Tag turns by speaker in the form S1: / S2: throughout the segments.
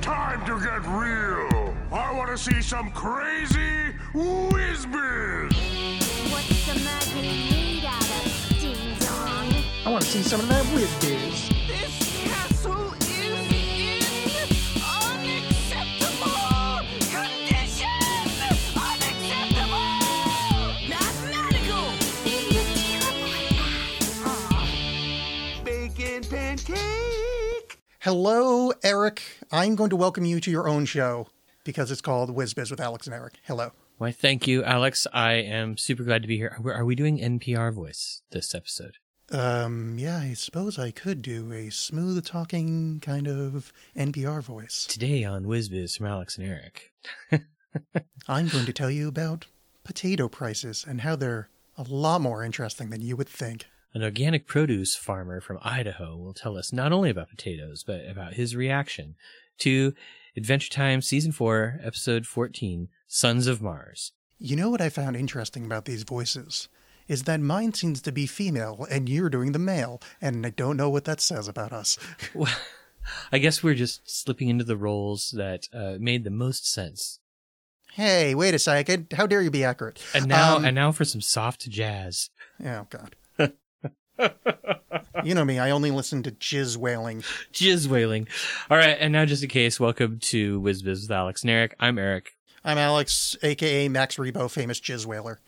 S1: Time to get real. I want to see some crazy whiz
S2: What's the magic made out of, ding dong?
S3: I want to see some of that whiz biz.
S4: This castle is in unacceptable condition! Unacceptable! Mathematical!
S2: Did you feel it like that?
S4: Bacon pancake!
S3: Hello, Eric. I'm going to welcome you to your own show because it's called Whiz Biz with Alex and Eric. Hello.
S5: Why, thank you, Alex. I am super glad to be here. Are are we doing NPR voice this episode?
S3: Um, yeah, I suppose I could do a smooth talking kind of NPR voice.
S5: Today on WizBiz from Alex and Eric.
S3: I'm going to tell you about potato prices and how they're a lot more interesting than you would think.
S5: An organic produce farmer from Idaho will tell us not only about potatoes, but about his reaction to Adventure Time Season 4, Episode 14, Sons of Mars.
S3: You know what I found interesting about these voices? Is that mine seems to be female and you're doing the male, and I don't know what that says about us.
S5: Well, I guess we're just slipping into the roles that uh, made the most sense.
S3: Hey, wait a second. How dare you be accurate?
S5: And now,
S3: Um,
S5: and now for some soft jazz.
S3: Oh God. you know me. I only listen to jizz wailing.
S5: Jizz wailing. All right, and now just in case, welcome to WizBiz with Alex and Eric. I'm Eric,
S3: I'm Alex, aka Max Rebo, famous jizz wailer.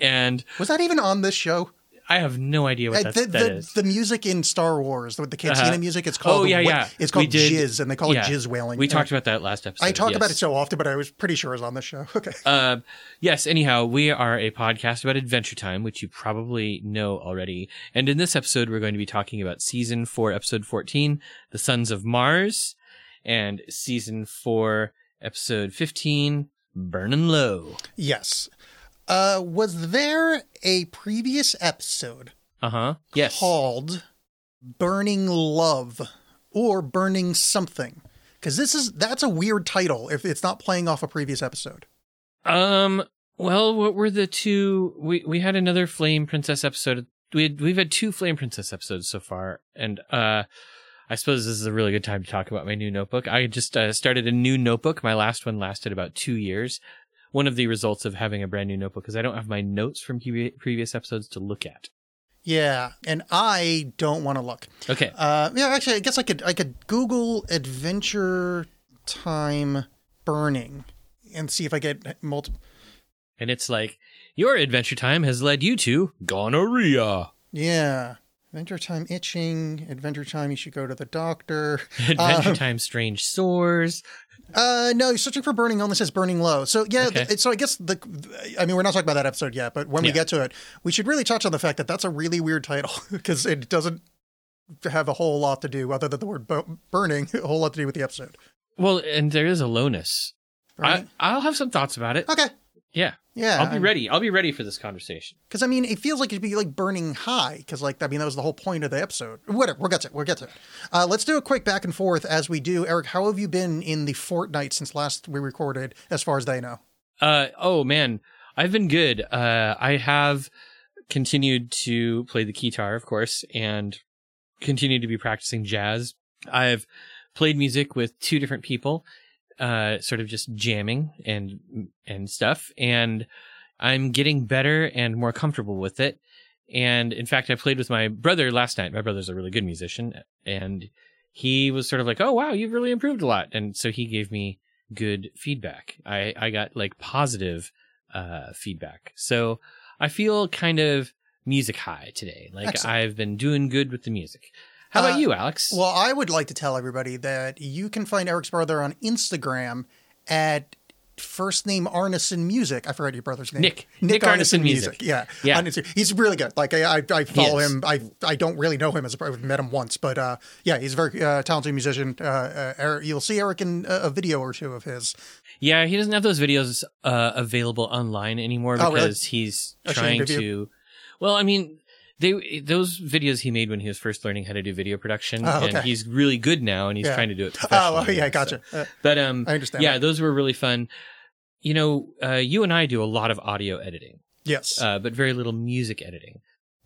S5: and
S3: Was that even on this show?
S5: I have no idea what
S3: Uh,
S5: that,
S3: the,
S5: that
S3: the,
S5: is.
S3: the music in Star Wars, with the Cantina
S5: Uh-huh.
S3: music, it's
S5: oh
S3: called
S5: yeah,
S3: wha-
S5: yeah.
S3: It's
S5: We
S3: called
S5: did-
S3: jizz, and they call
S5: yeah.
S3: it jizz wailing.
S5: We
S3: And
S5: talked about that last episode.
S3: I talk about it
S5: yes.
S3: so often, but I was pretty sure it was on this show. Okay.
S5: Uh, yes. Anyhow, we are a podcast about Adventure Time, which you probably know already. And in this episode, we're going to be talking about season four, episode fourteen, "The Sons of Mars," and season four, episode fifteen, "Burning Low."
S3: Yes. Uh, was there a previous episode
S5: Uh huh. Yes.
S3: called Burning Love or Burning Something. Because this is that's a weird title if it's not playing off a previous episode.
S5: Um. Well, what were the two? We we had another Flame Princess episode. We had, we've had two Flame Princess episodes so far, and uh, I suppose this is a really good time to talk about my new notebook. I just uh, started a new notebook. My last one lasted about two years. One of the results of having a brand new notebook is I don't have my notes from pre- previous episodes to look at.
S3: Yeah, and I don't want to look.
S5: Okay.
S3: Uh, yeah, actually, I guess I could I could Google Adventure Time Burning and see if I get multiple.
S5: And it's like your adventure time has led you to gonorrhea.
S3: Yeah, Adventure Time itching, Adventure Time you should go to the doctor.
S5: Adventure
S3: Um,
S5: time strange sores.
S3: Uh, no, you're searching for burning only says burning low. So yeah,
S5: Okay.
S3: th- so I guess the, I mean, we're not talking about that episode yet, but when we
S5: Yeah.
S3: get to it, we should really touch on the fact that that's a really weird title because it doesn't have a whole lot to do other than the word bu- burning, a whole lot to do with the episode.
S5: Well, and there is a lowness. I,
S3: Burning?
S5: I'll have some thoughts about it.
S3: okay.
S5: Yeah.
S3: Yeah.
S5: I'll be ready. I'll be ready for this conversation.
S3: Because I mean, it feels like it'd be like burning high. Because like I mean, that was the whole point of the episode. Whatever. We'll get to it. We'll get to it. Uh, let's do a quick back and forth as we do. Eric, how have you been in the fortnight since last we recorded? As far as they know.
S5: Uh oh man, I've been good. Uh I have continued to play the guitar, of course, and continue to be practicing jazz. I've played music with two different people, uh sort of just jamming and and stuff and I'm getting better and more comfortable with it. And in fact, I played with my brother last night. My brother's a really good musician and he was sort of like, "Oh wow, you've really improved a lot." And so he gave me good feedback. I, I got like positive uh, feedback. So I feel kind of music high today. Like
S3: Excellent.
S5: I've been doing good with the music. How about
S3: Uh,
S5: you, Alex?
S3: Well, I would like to tell everybody that you can find Eric's brother on Instagram at first name Arneson Music. I forgot your brother's name.
S5: Nick. Nick Arneson Music.
S3: Yeah.
S5: Yeah.
S3: On Insta- He's really good. Like I, I, I follow
S5: is.
S3: him. I, I don't really know him as a, I've met him once, but uh, yeah, he's a very uh, talented musician. Uh, uh, Eric, you'll see Eric in a, a video or two of his.
S5: yeah, he doesn't have those videos uh, available online anymore
S3: Oh,
S5: because
S3: really? Oh,
S5: he's
S3: Ashamed
S5: trying
S3: of you.
S5: to. Well, I mean, they those videos he made when he was first learning how to do video production,
S3: Oh,
S5: and
S3: okay.
S5: he's really good now, and he's
S3: Yeah.
S5: trying to do it.
S3: Oh,
S5: professionally,
S3: yeah,
S5: so-
S3: gotcha. Uh,
S5: But um,
S3: I understand
S5: Yeah,
S3: that.
S5: those were really fun. You know, uh, you and I do a lot of audio editing,
S3: yes.
S5: uh, but very little music editing.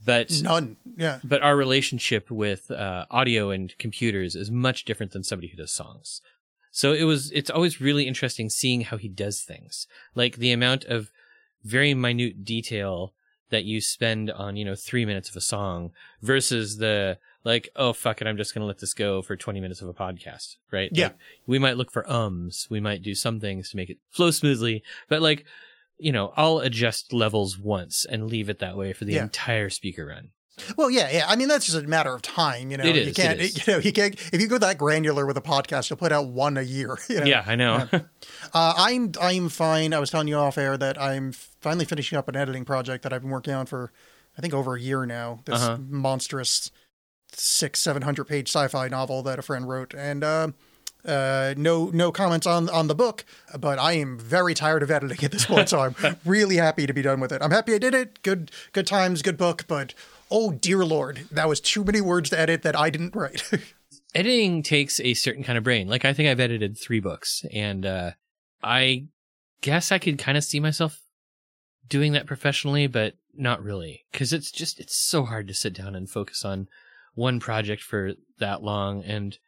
S5: But
S3: None. Yeah.
S5: but our relationship with uh, audio and computers is much different than somebody who does songs. So it was it's always really interesting seeing how he does things. Like the amount of very minute detail that you spend on, you know, 3 minutes of a song versus the like oh fuck it I'm just going to let this go for 20 minutes of a podcast, right?
S3: Yeah.
S5: Like, we might look for ums, we might do some things to make it flow smoothly, but like you know, I'll adjust levels once and leave it that way for the
S3: Yeah.
S5: entire speaker run.
S3: Well, yeah, yeah. I mean, that's just a matter of time. You know,
S5: It is,
S3: you can't.
S5: it is.
S3: You know, you can't. If you go that granular with a podcast, you'll put out one a year. You know?
S5: Yeah, I know.
S3: Uh, I'm I'm fine. I was telling you off air that I'm finally finishing up an editing project that I've been working on for, I think over a year now. This
S5: Uh-huh.
S3: monstrous six seven hundred page sci-fi novel that a friend wrote, and uh, uh, no no comments on on the book. But I am very tired of editing at this point, so I'm really happy to be done with it. I'm happy I did it. Good good times, good book, but. Oh dear lord, that was too many words to edit that I didn't write.
S5: editing takes a certain kind of brain. Like I think I've edited three books, and uh, I guess I could kind of see myself doing that professionally, but not really, because it's just it's so hard to sit down and focus on one project for that long, and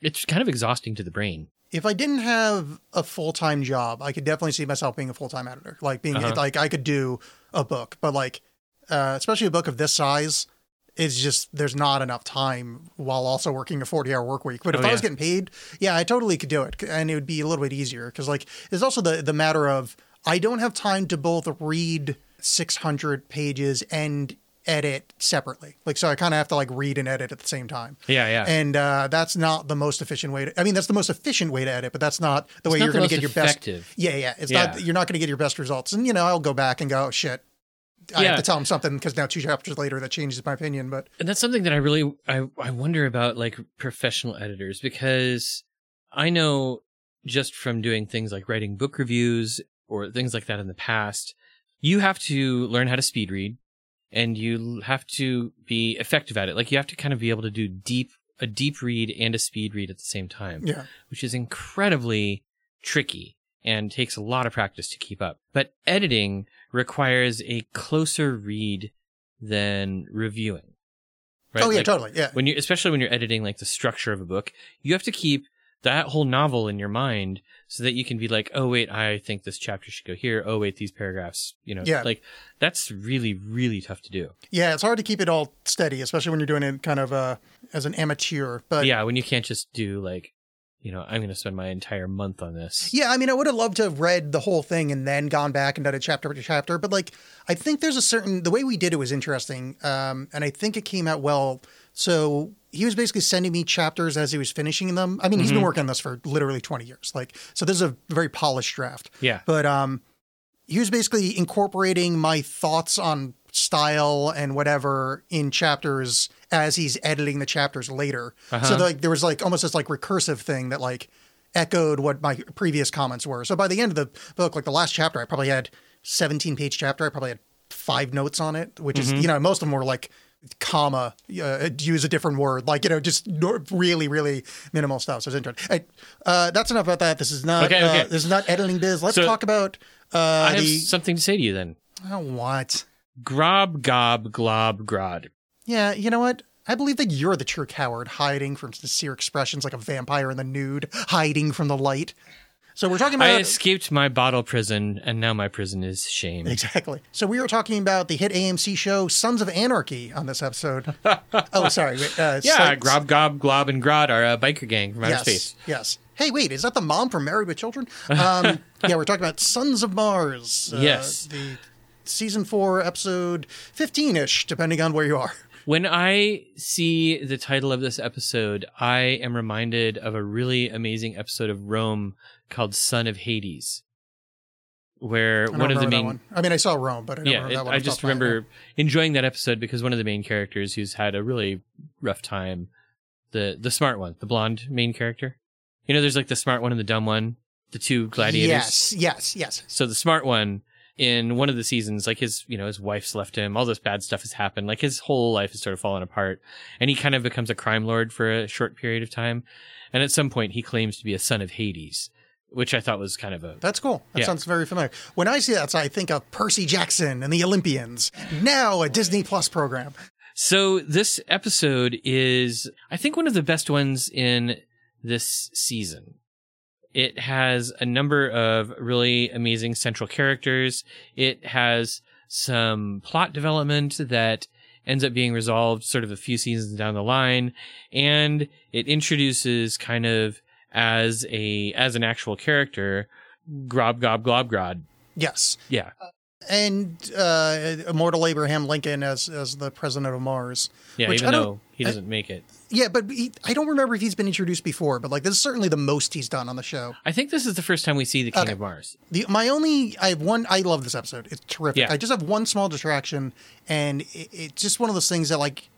S5: it's kind of exhausting to the brain.
S3: if I didn't have a full time job, I could definitely see myself being a full time editor. Like being
S5: Uh-huh.
S3: like I could do a book, but like uh, especially a book of this size, it's just there's not enough time while also working a forty hour work week. But if
S5: Oh,
S3: I was
S5: yeah.
S3: getting paid, yeah, I totally could do it, and it would be a little bit easier because like there's also the the matter of I don't have time to both read six hundred pages and edit separately. Like so, I kind of have to like read and edit at the same time
S5: Yeah, yeah.
S3: and uh, that's not the most efficient way. To, I mean, that's the most efficient way to edit, but that's not the way
S5: not
S3: you're
S5: the
S3: going
S5: most
S3: to get your
S5: effective.
S3: best. Yeah, yeah. It's not
S5: Yeah.
S3: you're not going to get your best results. And you know, I'll go back and go, oh, shit. I
S5: Yeah.
S3: have to tell him something because now two chapters later that changes my opinion. But
S5: and that's something that I really I, I wonder about like professional editors because I know just from doing things like writing book reviews or things like that in the past, you have to learn how to speed read and you have to be effective at it. Like you have to kind of be able to do deep a deep read and a speed read at the same time
S3: yeah,
S5: which is incredibly tricky and takes a lot of practice to keep up. But editing requires a closer read than reviewing. Right?
S3: oh yeah,
S5: Like,
S3: totally, yeah,
S5: When you especially when you're editing like the structure of a book, you have to keep that whole novel in your mind so that you can be like, "Oh wait, I think this chapter should go here. Oh wait, these paragraphs, you know."
S3: Yeah.
S5: Like that's really really tough to do.
S3: yeah. It's hard to keep it all steady, especially when you're doing it kind of uh, as an amateur. But
S5: yeah, when you can't just do like, you know, I'm going to spend my entire month on this.
S3: Yeah, I mean, I would have loved to have read the whole thing and then gone back and done a chapter to chapter. But like, I think there's a certain the way we did it was interesting, um, and I think it came out well. So he was basically sending me chapters as he was finishing them. I mean, he's been working on this for literally 20 years. Like, so this is a very polished draft.
S5: Yeah.
S3: But um, he was basically incorporating my thoughts on style and whatever in chapters as he's editing the chapters later. So
S5: Uh-huh.
S3: like there was like almost this like recursive thing that like echoed what my previous comments were. So by the end of the book, like the last chapter, I probably had 17 page chapter. I probably had five notes on it, which
S5: Mm-hmm.
S3: is you know most of them were like comma uh, use a different word like you know just nor- really really minimal stuff so it's interesting I, uh, that's enough about that this is not
S5: Okay,
S3: uh,
S5: okay.
S3: this is not editing biz let's
S5: So-
S3: talk about uh
S5: I have
S3: the
S5: something to say to you then.
S3: oh, what
S5: Grob gob glob grod.
S3: yeah you know what i believe that you're the true coward hiding from sincere expressions like a vampire in the nude hiding from the light so we're talking
S5: I
S3: about
S5: escaped my bottle prison, and now my prison is shame.
S3: Exactly. So we were talking about the hit AMC show Sons of Anarchy on this episode. oh, sorry. wait, Uh,
S5: Yeah,
S3: Sons-
S5: grob gob glob and grod are a biker gang from outer
S3: yes,
S5: space.
S3: Yes. Hey, wait, is that the mom from Married with Children? Um, yeah, we're talking about Sons of Mars. uh,
S5: Yes.
S3: The season four, episode 15 ish, depending on where you are.
S5: When I see the title of this episode, I am reminded of a really amazing episode of Rome called Son of Hades, where
S3: I don't
S5: one of the
S3: remember that
S5: main
S3: one. I mean, I saw Rome, but I don't
S5: yeah,
S3: remember
S5: it-
S3: that one.
S5: I
S3: off the
S5: just
S3: top of my head.
S5: remember enjoying that episode because one of the main characters who's had a really rough time, the the smart one, the blonde main character. You know, there's like the smart one and the dumb one, the two gladiators.
S3: Yes, yes, yes.
S5: So the smart one in one of the seasons, like his, you know, his wife's left him. All this bad stuff has happened. Like his whole life has sort of fallen apart, and he kind of becomes a crime lord for a short period of time. And at some point, he claims to be a son of Hades, which I thought was kind of a
S3: That's cool. That
S5: Yeah.
S3: sounds very familiar. When I see that, I think of Percy Jackson and the Olympians. Now a Disney Plus program.
S5: So this episode is, I think, one of the best ones in this season. It has a number of really amazing central characters. It has some plot development that ends up being resolved sort of a few seasons down the line and it introduces kind of as a as an actual character grob gob glob grod
S3: Yes.
S5: yeah
S3: And uh, immortal Abraham Lincoln as as the president of Mars.
S5: yeah
S3: Which I
S5: even
S3: don't-
S5: though he doesn't make it
S3: Yeah, but he, I don't remember if he's been introduced before, but like this is certainly the most he's done on the show.
S5: i think this is the first time we see the king
S3: Okay.
S5: of mars
S3: The my only I have one I love this episode. It's terrific.
S5: Yeah.
S3: I just have one small distraction, and it, it's just one of those things that like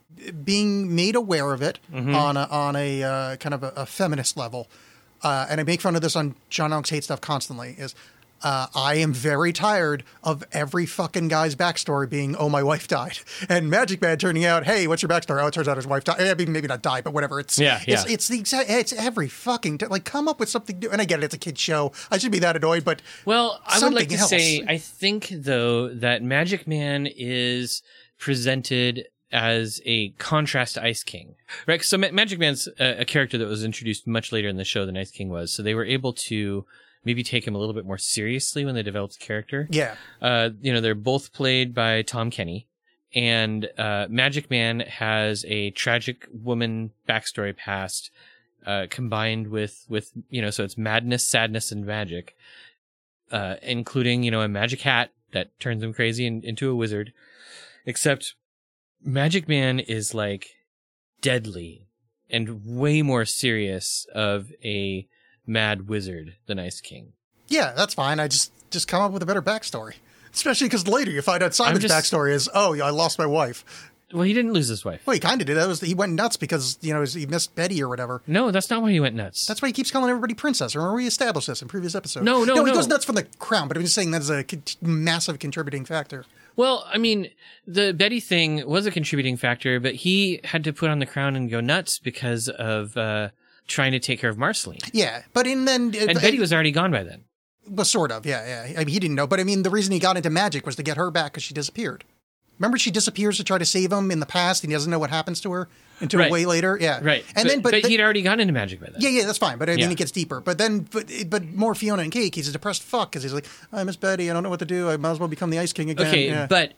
S3: being made aware of it on a, on a uh, kind of a, a feminist level. Uh, and I make fun of this on John Oakes hate stuff constantly. Is uh, I am very tired of every fucking guy's backstory being, oh, my wife died, and Magic Man turning out, hey, what's your backstory? Oh, it turns out his wife died. I mean, maybe not died, but whatever. It's
S5: Yeah,
S3: it's,
S5: yeah.
S3: it's the exact. It's every fucking t- like come up with something new. And I get it; it's a kid's show. I should be that annoyed, but
S5: well i would
S3: Something
S5: like to
S3: else.
S5: say i think though that magic man is presented as a contrast to ice king right so Ma- magic man's a, a character that was introduced much later in the show than ice king was so they were able to maybe take him a little bit more seriously when they developed the character
S3: yeah.
S5: uh, you know, they're both played by Tom Kenny. And uh, Magic Man has a tragic woman backstory past, uh, combined with with you know, so it's madness, sadness, and magic, uh, including you know a magic hat that turns him crazy and into a wizard. Except Magic Man is like deadly and way more serious of a mad wizard than Ice King.
S3: Yeah, that's fine. I just just come up with a better backstory. Especially because later you find out Simon's
S5: just-
S3: backstory is, oh, yeah, I lost my wife.
S5: Well, he didn't lose his wife.
S3: Well, he kind of did. That was he went nuts because you know he missed Betty or whatever.
S5: No, that's not why he went nuts.
S3: That's why he keeps calling everybody princess. Remember we established this in previous episodes.
S5: No, no,
S3: he
S5: no.
S3: goes nuts from the crown. But I'm just saying that's a con- massive contributing factor.
S5: Well, I mean, the Betty thing was a contributing factor, but he had to put on the crown and go nuts because of uh, trying to take care of Marceline.
S3: Yeah, but in then uh,
S5: And Betty was already gone by then.
S3: Well, sort of, yeah, yeah. I mean, he didn't know, but I mean, the reason he got into magic was to get her back because she disappeared. Remember, she disappears to try to save him in the past, and he doesn't know what happens to her until
S5: Right.
S3: way later. Yeah,
S5: Right.
S3: And then, but, the-
S5: he'd already gone into magic by then.
S3: yeah, yeah, that's fine. But I mean,
S5: Yeah.
S3: it gets deeper. But then, but, but more Fiona and Cake. He's a depressed fuck because he's like, I miss Betty. I don't know what to do. I might as well become the Ice King again.
S5: Okay,
S3: yeah.
S5: but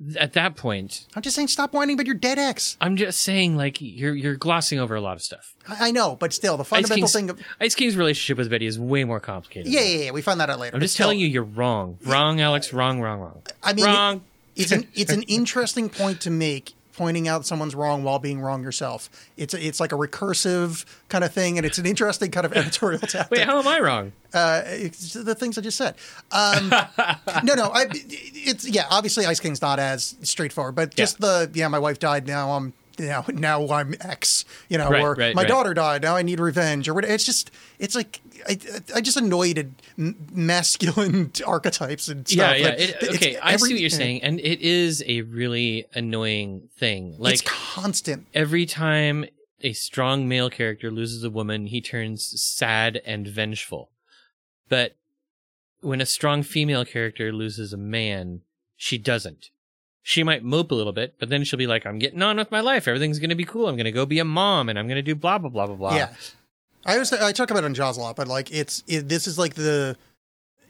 S5: th- at that point,
S3: I'm just saying, stop whining. But you're dead ex.
S5: I'm just saying, like, you're you're glossing over a lot of stuff.
S3: I, I know, but still, the
S5: Ice
S3: fundamental
S5: King's,
S3: thing. Of,
S5: Ice King's relationship with Betty is way more complicated.
S3: yeah, yeah, yeah. We find that out later.
S5: I'm
S3: but
S5: just
S3: still,
S5: telling you, you're wrong. Wrong, Alex. Wrong, wrong, wrong.
S3: I mean,
S5: wrong.
S3: it's an it's an interesting point to make pointing out someone's wrong while being wrong yourself it's a, it's like a recursive kind of thing and it's an interesting kind of editorial tactic
S5: Wait, how am I wrong?
S3: uh, it's the things i just said um, no no I, it's yeah obviously ice king's not as straightforward but just the yeah my wife died now i'm now now i'm x you know
S5: Right,
S3: or
S5: right,
S3: my
S5: right.
S3: daughter died now i need revenge or what it's just it's like i, I just annoyed at m- masculine archetypes and stuff
S5: Yeah, yeah.
S3: Like,
S5: It,
S3: it's
S5: okay, I see
S3: every-
S5: what you're
S3: yeah.
S5: saying, and it is a really annoying thing.
S3: it's
S5: Like
S3: constant.
S5: every time a strong male character loses a woman, he turns sad and vengeful. But when a strong female character loses a man, she doesn't. She might mope a little bit, but then she'll be like, "I'm getting on with my life. Everything's going to be cool. I'm going to go be a mom, and I'm going to do blah blah blah blah blah."
S3: Yeah, I always I talk about it on Jaws a lot, but like it's it, this is like the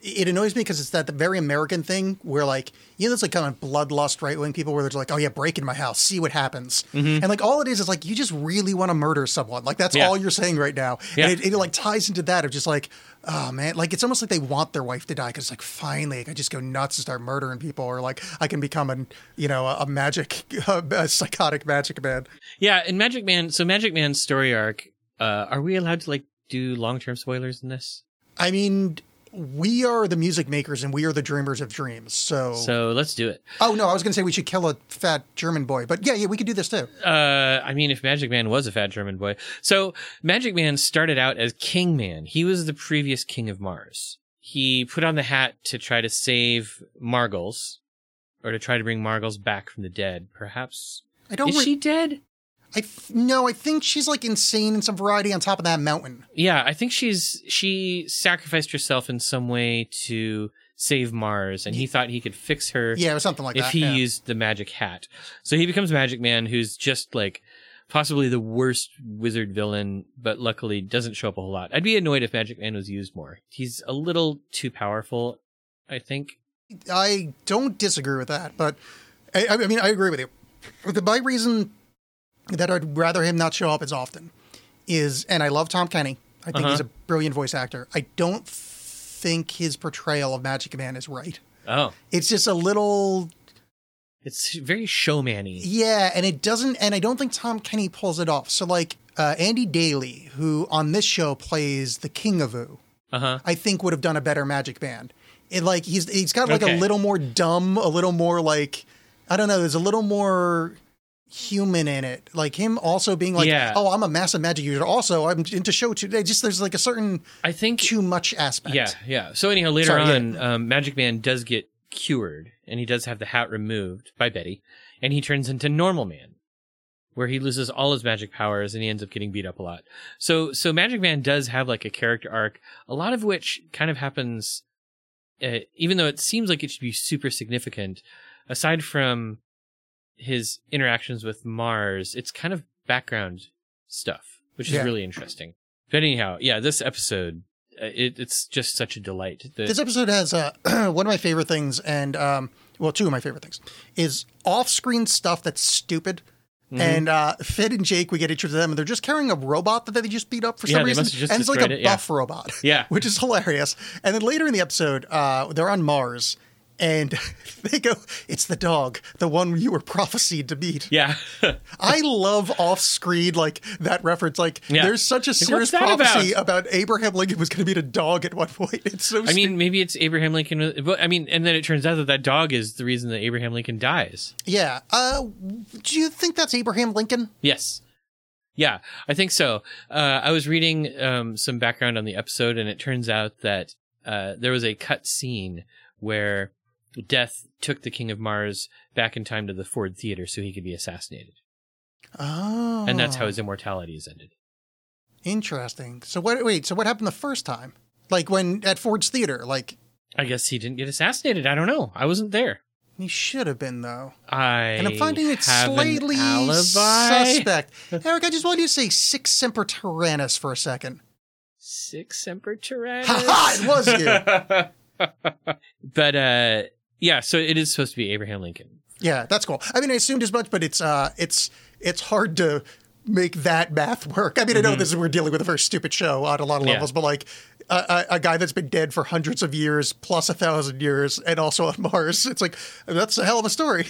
S3: it annoys me because it's that very American thing where like you know it's like kind of bloodlust right wing people where they're just like oh yeah break in my house see what happens and like all it is is like you just really want to murder someone like that's
S5: Mm-hmm. Yeah.
S3: all you're saying right now
S5: Yeah.
S3: and it, it like ties into that of just like oh man like it's almost like they want their wife to die because like finally like, I just go nuts and start murdering people or like I can become an you know a, a magic a psychotic magic man
S5: yeah. And Magic Man. So Magic Man's story arc. Uh, are we allowed to like do long term spoilers in this?
S3: I mean, we are the music makers and we are the dreamers of dreams. So,
S5: So let's do it.
S3: oh no, I was going to say we should kill a fat German boy, but yeah, yeah, we could do this too.
S5: uh, I mean, if Magic Man was a fat German boy. So Magic Man started out as King Man. He was the previous King of Mars. He put on the hat to try to save Margles, or to try to bring Margles back from the dead, perhaps.
S3: I don't.
S5: Is
S3: re-
S5: she dead?
S3: I th- no, I think she's like insane in some variety on top of that mountain.
S5: Yeah, I think she's she sacrificed herself in some way to save Mars, and he thought he could fix her.
S3: Yeah, or something like
S5: if
S3: that.
S5: he
S3: yeah.
S5: used the magic hat. So he becomes Magic Man, who's just like possibly the worst wizard villain, but luckily doesn't show up a whole lot. I'd be annoyed if Magic Man was used more. He's a little too powerful, I think.
S3: I don't disagree with that, but I, I mean, I agree with you. The my reason that I'd rather him not show up as often is, and I love Tom Kenny. I think
S5: Uh-huh.
S3: he's a brilliant voice actor. I don't think his portrayal of Magic Man is right.
S5: Oh,
S3: It's just a little,
S5: it's very showman-y.
S3: yeah, and it doesn't, and I don't think Tom Kenny pulls it off. So, like, uh, Andy Daly, who on this show plays the King of Ooh,
S5: Uh huh.
S3: I think would have done a better Magic Band. It like he's he's got like
S5: Okay.
S3: a little more dumb, a little more like I don't know. There's a little more human in it. Like him also being like,
S5: Yeah.
S3: oh, I'm a massive magic user. Also, I'm into show too. They Just there's like a certain
S5: I think
S3: too much aspect.
S5: Yeah, yeah. So anyhow, later
S3: Sorry, yeah.
S5: on, um, Magic Man does get cured, and he does have the hat removed by Betty, and he turns into Normal Man, where he loses all his magic powers and he ends up getting beat up a lot. So, so Magic Man does have like a character arc, a lot of which kind of happens, uh, even though it seems like it should be super significant. Aside from his interactions with Mars, it's kind of background stuff, which is
S3: Yeah.
S5: really interesting. But anyhow, yeah, this episode uh, it, it's just such a delight. The-
S3: This episode has uh, one of my favorite things, and um, well, two of my favorite things is off-screen stuff that's stupid.
S5: Mm-hmm.
S3: And uh, Finn and Jake, we get introduced to them, and they're just carrying a robot that they just beat up for
S5: Yeah,
S3: some
S5: they
S3: reason,
S5: must have just
S3: and it's like
S5: destroyed
S3: a
S5: it, yeah.
S3: buff robot,
S5: Yeah.
S3: which is hilarious. And then later in the episode, uh, they're on Mars, and they go, "It's the dog, the one you were prophesied to meet."
S5: yeah,
S3: I love off-screen like that reference. Like,
S5: Yeah.
S3: there's such a
S5: Like,
S3: serious
S5: what's that about?
S3: prophecy about? Abraham Lincoln was going to meet a dog at one point. It's so.
S5: I mean, maybe it's Abraham Lincoln. But I mean, and then it turns out that that dog is the reason that Abraham Lincoln dies.
S3: Yeah. Uh, do you think that's Abraham Lincoln?
S5: Yes. Yeah, I think so. Uh, I was reading um, some background on the episode, and it turns out that uh, there was a cut scene where Death took the King of Mars back in time to the Ford Theater so he could be assassinated,
S3: Oh.
S5: and that's how his immortality is ended.
S3: interesting. So what? Wait. So what happened the first time? Like when at Ford's Theater? Like
S5: I guess he didn't get assassinated. I don't know. I wasn't there.
S3: he should have been though.
S5: I
S3: And I'm finding it
S5: have an
S3: slightly
S5: alibi.
S3: suspect. Eric, I just wanted you to say six semper tyrannis for a second.
S5: Six Semper Tyrannis.
S3: Ha ha! It was you.
S5: but uh, yeah, so it is supposed to be Abraham Lincoln.
S3: yeah, that's cool. I mean, I assumed as much, but it's uh, it's it's hard to make that math work. I mean, I know this is we're dealing with a very stupid show on a lot of
S5: Yeah.
S3: levels, but like a, a, a guy that's been dead for hundreds of years, plus a thousand years, and also on Mars, it's like that's a hell of a story.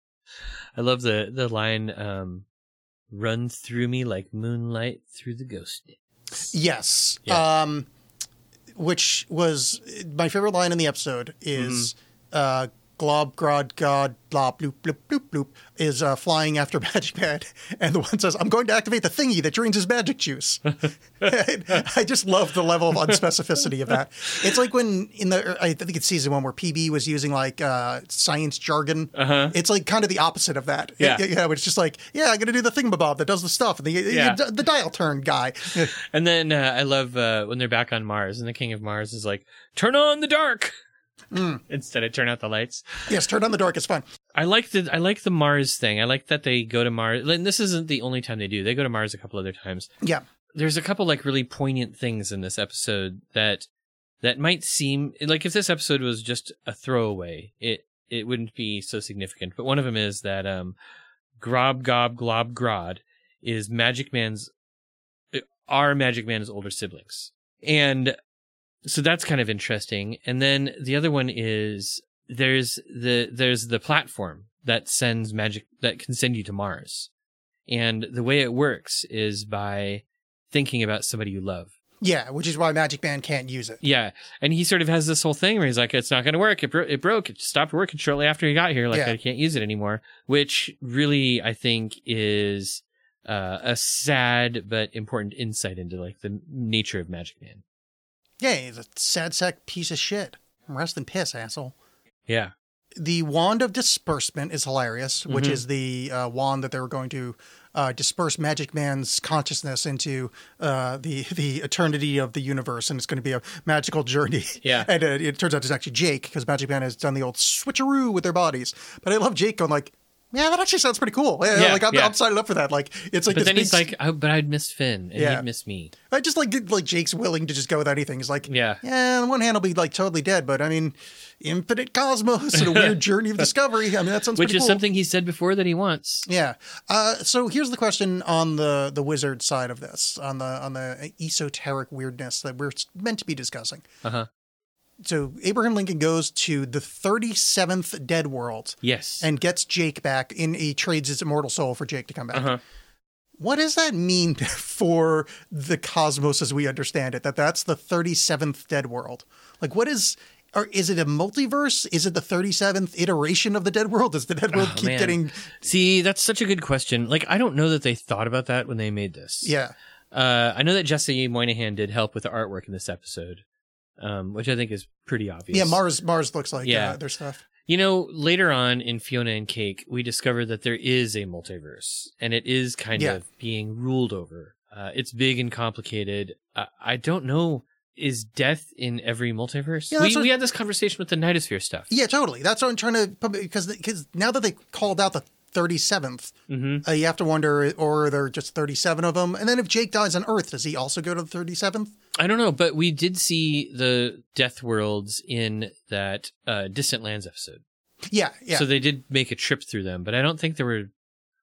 S5: I love the the line. Um, Run through me like moonlight through the ghost.
S3: Yes.
S5: Yeah.
S3: Um, which was my favorite line in the episode is
S5: Mm-hmm.
S3: uh, glob grod god blob bloop bloop bloop bloop is uh, flying after Magic Man, and the one says, "I'm going to activate the thingy that drains his magic juice." And I just love the level of unspecificity of that. It's like when in the I think it's season one where PB was using like uh, science jargon. Uh-huh. It's like kind of the opposite of that.
S5: Yeah.
S3: yeah. It's just like, yeah, I'm going to do the thingamabob that does the stuff, and the
S5: Yeah.
S3: the dial turn guy.
S5: And then uh, I love uh, when they're back on Mars, and the King of Mars is like, "Turn on the dark."
S3: Mm.
S5: Instead of turn out the lights.
S3: Yes, turn on the dark. It's fine.
S5: I like the I like the Mars thing. I like that they go to Mars. And this isn't the only time they do. They go to Mars a couple other times.
S3: Yeah,
S5: there's a couple like really poignant things in this episode that that might seem like if this episode was just a throwaway, it it wouldn't be so significant. But one of them is that um Grob Gob Glob Grod is Magic Man's uh, are Magic Man's older siblings. And so that's kind of interesting. And then the other one is there's the there's the platform that sends magic that can send you to Mars. And the way it works is by thinking about somebody you love.
S3: yeah, which is why Magic Man can't use it.
S5: Yeah. And he sort of has this whole thing where he's like, it's not going to work. It, bro- it broke. It stopped working shortly after he got here. Like,
S3: Yeah.
S5: I can't use it anymore, which really, I think, is uh, a sad but important insight into like the nature of Magic Man.
S3: Yeah, he's a sad sack piece of shit. Rest in piss, asshole.
S5: Yeah.
S3: The wand of disbursement is hilarious, which
S5: Mm-hmm.
S3: is the uh, wand that they were going to uh, disperse Magic Man's consciousness into uh, the the eternity of the universe, and it's going to be a magical journey.
S5: Yeah.
S3: and uh, it turns out it's actually Jake because Magic Man has done the old switcheroo with their bodies. But I love Jake going like, Yeah, that actually sounds pretty cool. Yeah,
S5: Yeah,
S3: like I'm,
S5: yeah.
S3: I'm signing up for that. Like it's like
S5: But
S3: this
S5: then
S3: big
S5: he's like, I, but I'd miss Finn and
S3: Yeah.
S5: he'd miss me.
S3: I just like get, like Jake's willing to just go with anything. He's like,
S5: Yeah.
S3: yeah. On one hand, I'll be like totally dead, but I mean, infinite cosmos and a weird journey of discovery. I mean, that sounds
S5: Which
S3: pretty
S5: is
S3: cool.
S5: something he said before that he wants.
S3: Yeah. Uh, so here's the question on the the wizard side of this, on the on the esoteric weirdness that we're meant to be discussing.
S5: Uh-huh.
S3: So Abraham Lincoln goes to the 37th dead world
S5: Yes.
S3: and gets Jake back. In he trades his immortal soul for Jake to come back.
S5: Uh-huh.
S3: What does that mean for the cosmos as we understand it? That that's the 37th dead world. Like, what is? Or is it a multiverse? Is it the 37th iteration of the dead world? Does the dead world
S5: Oh,
S3: keep
S5: man.
S3: getting?
S5: See, that's such a good question. Like, I don't know that they thought about that when they made this.
S3: Yeah.
S5: Uh, I know that Jesse Moynihan did help with the artwork in this episode, um, which I think is pretty obvious.
S3: Yeah, Mars Mars looks like
S5: Yeah.
S3: uh, their stuff.
S5: You know, later on in Fiona and Cake, we discover that there is a multiverse, and it is kind
S3: Yeah.
S5: of being ruled over. Uh, it's big and complicated. I, I don't know. Is death in every multiverse?
S3: Yeah,
S5: we,
S3: that's what-
S5: we had this conversation with the Nightosphere stuff.
S3: Yeah, totally. That's what I'm trying to put- because because now that they called out the 37th,
S5: Mhm.
S3: uh, you have to wonder, or are there just 37 of them? And then if Jake dies on Earth, does he also go to the 37th?
S5: I don't know, but we did see the death worlds in that uh, Distant Lands episode.
S3: Yeah, yeah,
S5: So they did make a trip through them, but I don't think there were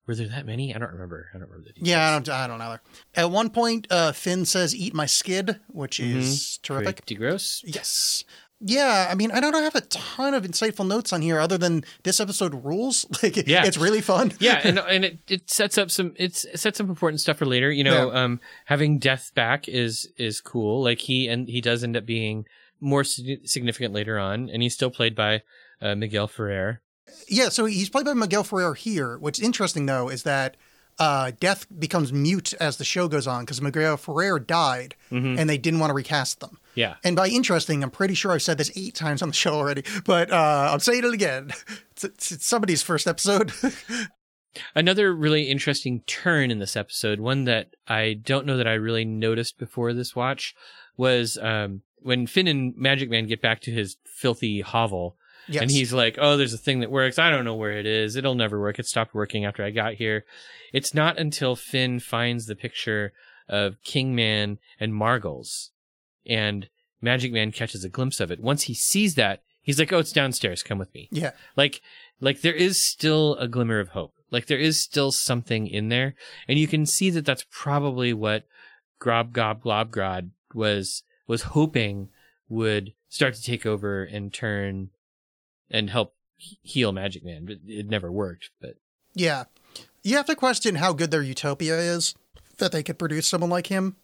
S5: were there that many. I don't remember. I don't remember the details.
S3: yeah. I don't, I don't know. Either. At one point, uh, Finn says, "Eat my skid," which
S5: Mm-hmm.
S3: is terrific.
S5: Pretty gross.
S3: Yes. Yeah, I mean, I don't have a ton of insightful notes on here other than this episode rules. Like,
S5: Yeah.
S3: it's really fun.
S5: yeah, and and it, it sets up some it's it sets up important stuff for later. You know, um, having Death back is is cool. Like he and he does end up being more sig- significant later on, and he's still played by uh, Miguel Ferrer.
S3: Yeah, so he's played by Miguel Ferrer here. What's interesting though is that uh, Death becomes mute as the show goes on because Miguel Ferrer died,
S5: Mm-hmm.
S3: and they didn't want to recast them.
S5: Yeah,
S3: And by interesting, I'm pretty sure I've said this eight times on the show already, but uh, I'm saying it again. It's, it's, it's somebody's first episode.
S5: another really interesting turn in this episode, one that I don't know that I really noticed before this watch, was um, when Finn and Magic Man get back to his filthy hovel.
S3: yes.
S5: And he's like, "Oh, there's a thing that works. I don't know where it is. It'll never work. It stopped working after I got here." It's not until Finn finds the picture of Kingman and Margles, and Magic Man catches a glimpse of it. Once he sees that, he's like, "Oh, it's downstairs. Come with me."
S3: yeah,
S5: Like, like there is still a glimmer of hope. Like there is still something in there, and you can see that that's probably what Grob Gob Glob Grod was was hoping would start to take over and turn and help he- heal Magic Man, but it never worked. But
S3: yeah. You have to question how good their utopia is that they could produce someone like him.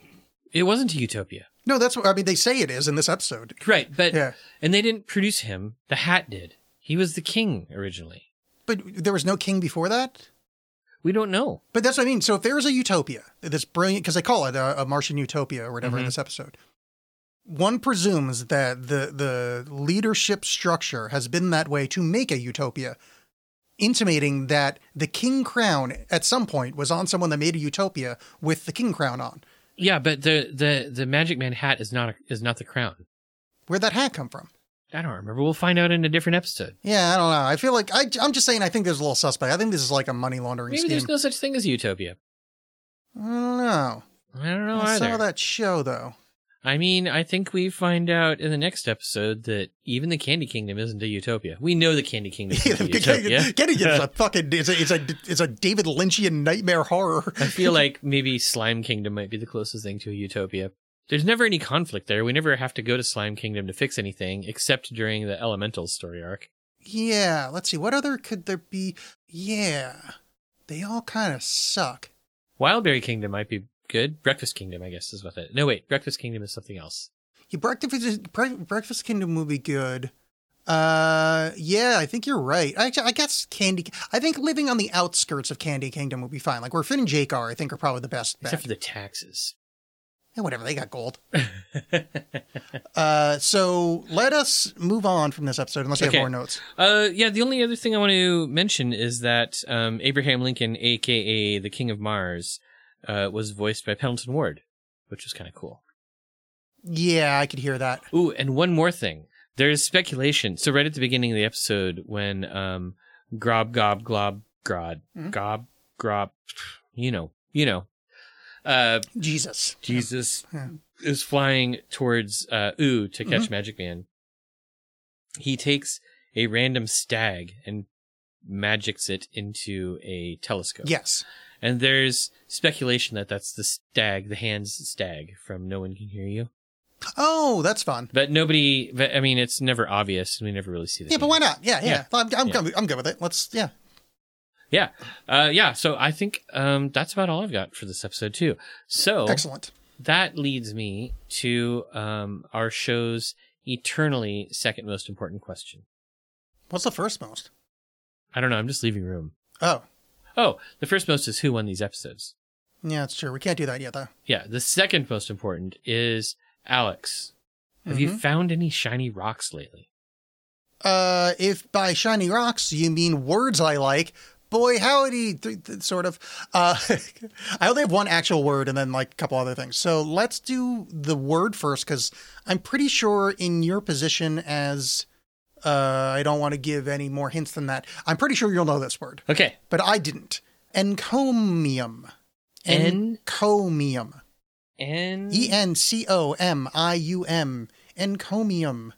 S5: it wasn't a utopia,
S3: No, that's what I mean. They say it is in this episode.
S5: right? But
S3: Yeah.
S5: and they didn't produce him. The Hat did. He was the king originally.
S3: But there was no king before that?
S5: We don't know.
S3: But that's what I mean. So if there is a utopia, this brilliant, because they call it a, a Martian utopia or whatever in this episode, one presumes that the the leadership structure has been that way to make a utopia, intimating that the king crown at some point was on someone that made a utopia with the king crown on.
S5: Yeah, but the the the Magic Man hat is not a, is not the crown.
S3: Where'd that hat come from?
S5: I don't remember. We'll find out in a different episode.
S3: Yeah, I don't know. I feel like I, I'm just saying. I think there's a little suspect. I think this is like a money laundering
S5: Maybe
S3: scheme.
S5: there's no such thing as utopia.
S3: I don't know.
S5: I don't know
S3: I saw
S5: either.
S3: that show though.
S5: I mean, I think we find out in the next episode that even the Candy Kingdom isn't a utopia. We know the Candy Kingdom
S3: Yeah,
S5: isn't
S3: the
S5: a
S3: big-
S5: utopia.
S3: Getting it's a fucking it's a, it's a it's a David Lynchian nightmare horror.
S5: I feel like maybe Slime Kingdom might be the closest thing to a utopia. There's never any conflict there. We never have to go to Slime Kingdom to fix anything, except during the Elementals story arc.
S3: Yeah, let's see what other could there be. Yeah, they all kind of suck.
S5: Wildberry Kingdom might be good. Breakfast Kingdom, I guess, is what that. No, wait, Breakfast Kingdom is something else.
S3: Yeah, Breakfast Bre- Breakfast Kingdom would be good. Uh, yeah, I think you're right. I, I guess Candy. I think living on the outskirts of Candy Kingdom would be fine. Like where Finn and Jake are, I think are probably the best. bet.
S5: Except for the taxes.
S3: Yeah, Eh, whatever, they got gold. uh, so let us move on from this episode, unless you
S5: Okay.
S3: have more notes.
S5: Uh, yeah. The only other thing I want to mention is that um, Abraham Lincoln, aka the King of Mars, uh, was voiced by Pendleton Ward, which was kind of cool.
S3: Yeah, I could hear that.
S5: Ooh, and one more thing. There is speculation. So right at the beginning of the episode, when um, Grob Gob Glob God,
S3: Mhm.
S5: gob, grob, you know, you know. Uh,
S3: Jesus.
S5: Jesus
S3: Yeah. Mm-hmm.
S5: is flying towards uh, Ooh to catch Magic Man. He takes a random stag and magics it into a telescope.
S3: Yes.
S5: And there's speculation that that's the stag, the hands stag from No One Can Hear You.
S3: Oh, that's fun.
S5: But nobody, but, I mean, it's never obvious and we never really see the
S3: Yeah, but why
S5: hands.
S3: not? Yeah, yeah.
S5: Yeah.
S3: I'm, I'm,
S5: Yeah.
S3: Good, I'm good with it. Let's, yeah.
S5: Yeah. Uh, yeah. So I think um, that's about all I've got for this episode, too. So
S3: Excellent.
S5: that leads me to um, our show's eternally second most important question.
S3: What's the first most?
S5: I don't know. I'm just leaving room.
S3: Oh,
S5: Oh, the first most is who won these episodes.
S3: yeah, that's true. We can't do that yet, though.
S5: Yeah. The second most important is Alex. Have
S3: Mm-hmm.
S5: you found any shiny rocks lately?
S3: Uh, if by shiny rocks you mean words I like, boy howdy, th- th- sort of. Uh, I only have one actual word and then like a couple other things. So let's do the word first because I'm pretty sure in your position as uh, I don't want to give any more hints than that. I'm pretty sure you'll know this word,
S5: Okay.
S3: but I didn't. Encomium.
S5: En-
S3: Encomium.
S5: And
S3: E N C O M I U M. Encomium.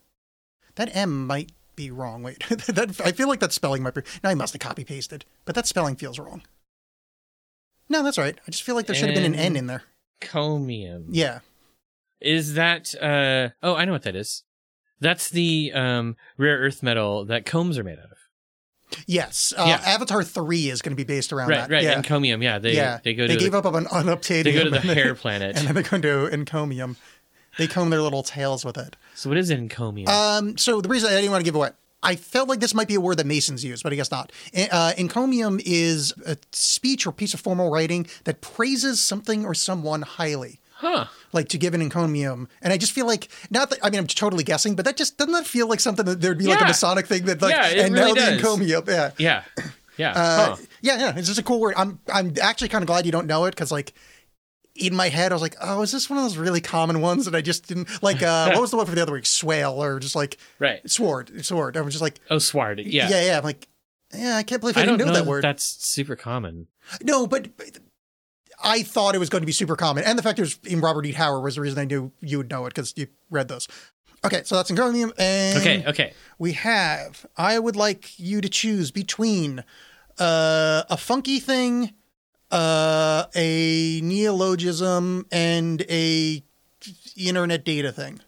S3: That M might be wrong. Wait, that I feel like that spelling might be. No, I must have copy pasted, but that spelling feels wrong. No, that's all right. I just feel like there should have been an N in there.
S5: encomium.
S3: Yeah.
S5: Is that uh oh, I know what that is. That's the um rare earth metal that combs are made out of.
S3: Yes. Uh,
S5: Yeah.
S3: Avatar three is going to be based around
S5: right,
S3: that.
S5: right.
S3: Yeah.
S5: Encomium, yeah. They
S3: yeah.
S5: they go to
S3: gave
S5: the,
S3: up on unupdated.
S5: they go to the hair planet.
S3: and then they're going to encomium. They comb their little tails with it.
S5: so what is encomium?
S3: Um, so the reason I didn't want to give away, I felt like this might be a word that Masons use, but I guess not. En- Uh, encomium is a speech or piece of formal writing that praises something or someone highly.
S5: huh.
S3: Like to give an encomium, and I just feel like not that I mean I'm totally guessing, but that just doesn't that feel like something that there'd be like a
S5: Yeah.
S3: Masonic thing that like
S5: Yeah, it
S3: and now
S5: really
S3: the
S5: does.
S3: encomium, yeah,
S5: Yeah. Yeah.
S3: uh,
S5: huh.
S3: yeah, yeah. It's just a cool word. I'm I'm actually kind of glad you don't know it because like in my head I was like, oh, is this one of those really common ones that I just didn't like? Uh, what was the one for the other week? Swale or just like
S5: Right.
S3: sword, sword. I was just like,
S5: Oh sward. Yeah.
S3: yeah, yeah. I'm like, yeah, I can't believe I,
S5: I don't
S3: didn't
S5: know,
S3: know, that
S5: that
S3: word.
S5: that's super common.
S3: No, but, but I thought it was going to be super common, and the fact it was in Robert E. Howard was the reason I knew you would know it because you read those. Okay, so that's encomium, and
S5: Okay, okay.
S3: we have. I would like you to choose between uh, a funky thing, uh, a neologism, and a internet data thing.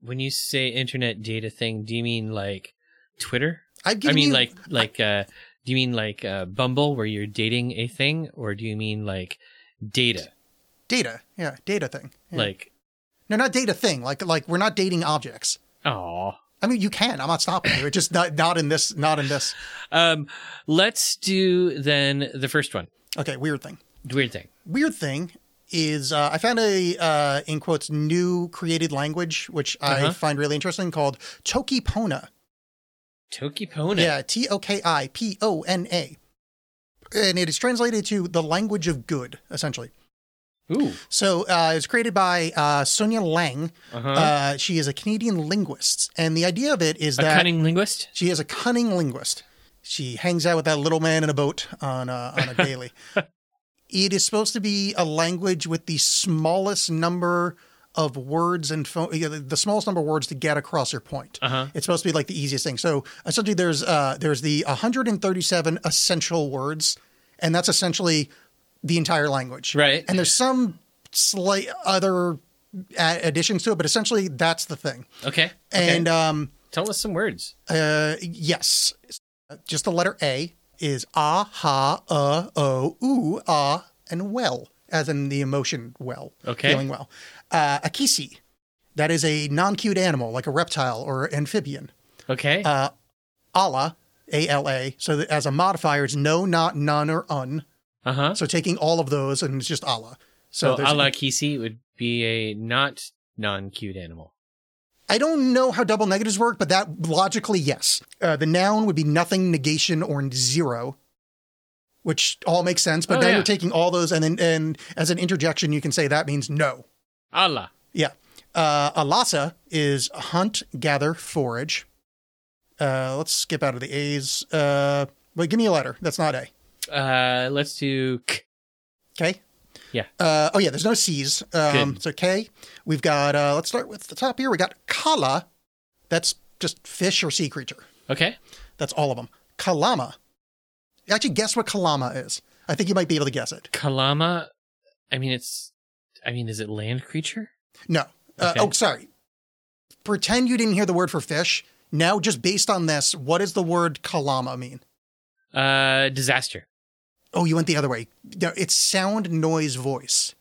S5: When you say internet data thing, do you mean like Twitter?
S3: I've
S5: I
S3: given
S5: mean
S3: you-
S5: like like uh do you mean like uh Bumble where you're dating a thing or do you mean like data?
S3: data, yeah, data thing. Yeah.
S5: Like
S3: no, not data thing. Like like we're not dating objects.
S5: oh.
S3: I mean, you can. I'm not stopping you. It's just not not in this. Not in this.
S5: Um let's do then the first one.
S3: Okay, weird thing.
S5: Weird thing.
S3: Weird thing is uh, I found a uh, in quotes new created language which I
S5: Uh-huh.
S3: find really interesting called Tokipona.
S5: Tokipona.
S3: Yeah, T O K I P O N A, and it is translated to the language of good essentially.
S5: Ooh.
S3: So uh, it was created by uh, Sonia Lang.
S5: Uh-huh.
S3: Uh, she is a Canadian linguist, and the idea of it is
S5: a
S3: that
S5: cunning linguist?
S3: She is a cunning linguist. She hangs out with that little man in a boat on a, on a daily. it is supposed to be a language with the smallest number of words and pho- you know, the smallest number of words to get across your point.
S5: Uh-huh.
S3: It's supposed to be like the easiest thing. So essentially, there's uh, there's the 137 essential words, and that's essentially the entire language.
S5: Right.
S3: And there's some slight other a- additions to it, but essentially that's the thing.
S5: Okay.
S3: And
S5: okay.
S3: um,
S5: tell us some words.
S3: uh, yes. Just the letter A is ah, ha, uh, oh, ooh, ah, and well, as in the emotion well,
S5: Okay.
S3: feeling well. Uh, akisi, that is a non cute animal like a reptile or amphibian.
S5: Okay.
S3: Uh, ala, A L A, so that as a modifier, it's no, not, none, or un.
S5: Uh-huh.
S3: So taking all of those and it's just ala.
S5: So,
S3: there's-
S5: a la Kisi would be a not non-cute animal.
S3: I don't know how double negatives work, but that logically, yes. Uh, the noun would be nothing, negation, or zero, which all makes sense. But
S5: Oh,
S3: then
S5: yeah.
S3: you're taking all those, and then and as an interjection, you can say that means no.
S5: Allah.
S3: Yeah. Uh, alasa is hunt, gather, forage. Uh, let's skip out of the A's. Uh, but give me a letter. That's not A.
S5: Uh, let's do. K.
S3: Okay.
S5: Yeah.
S3: Uh, oh yeah. There's no C's. Um,
S5: Good.
S3: so K. We've got. Uh, let's start with the top here. We got Kala. That's just fish or sea creature.
S5: Okay.
S3: That's all of them. Kalama. Actually, guess what Kalama is. I think you might be able to guess it.
S5: Kalama. I mean, it's. I mean, is it land creature?
S3: No. Uh,
S5: Okay.
S3: Oh, sorry. Pretend you didn't hear the word for fish. Now, just based on this, what does the word Kalama mean?
S5: Uh, disaster.
S3: Oh, you went the other way. No, It's sound, noise, voice.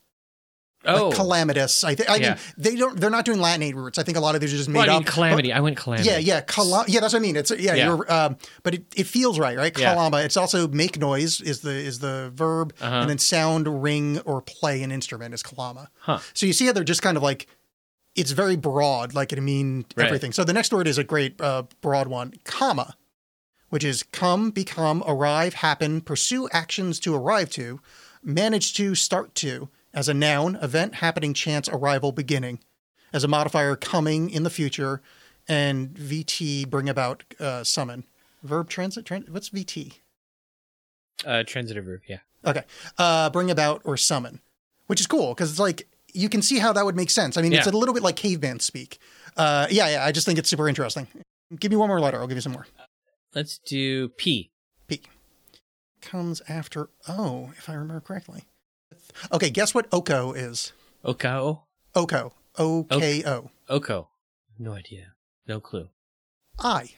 S5: Oh,
S3: Like calamitous. I, th- I mean,
S5: Yeah.
S3: they don't. They're not doing Latinate roots. I think a lot of these are just made
S5: well, I mean,
S3: up.
S5: calamity. I went calamity.
S3: Yeah, yeah, Kala- yeah. That's what I mean. It's yeah,
S5: Yeah.
S3: you're. Um, but it, it feels right, right?
S5: Yeah.
S3: Kalama. It's also make noise is the is the verb,
S5: Uh-huh.
S3: and then sound, ring, or play an instrument is kalama.
S5: Huh.
S3: So you see how they're just kind of like, it's very broad, like it mean
S5: Right.
S3: everything. So the next word is a great uh, broad one, comma, which is come, become, arrive, happen, pursue actions to arrive to, manage to, start to, as a noun, event, happening, chance, arrival, beginning, as a modifier, coming in the future, and VT, bring about, uh, summon. Verb transit, tran- what's VT?
S5: Uh, transitive verb. Yeah.
S3: Okay. Uh, bring about or summon, which is cool because it's like you can see how that would make sense. I mean, it's a
S5: Yeah.
S3: little bit like caveman speak. Uh, yeah, yeah. I just think it's super interesting. Give me one more letter. I'll give you some more.
S5: Let's do P.
S3: P comes after O, if I remember correctly. Okay, guess what Oko is?
S5: Oko.
S3: Oko. O K O.
S5: Oko. No idea. No clue.
S3: I.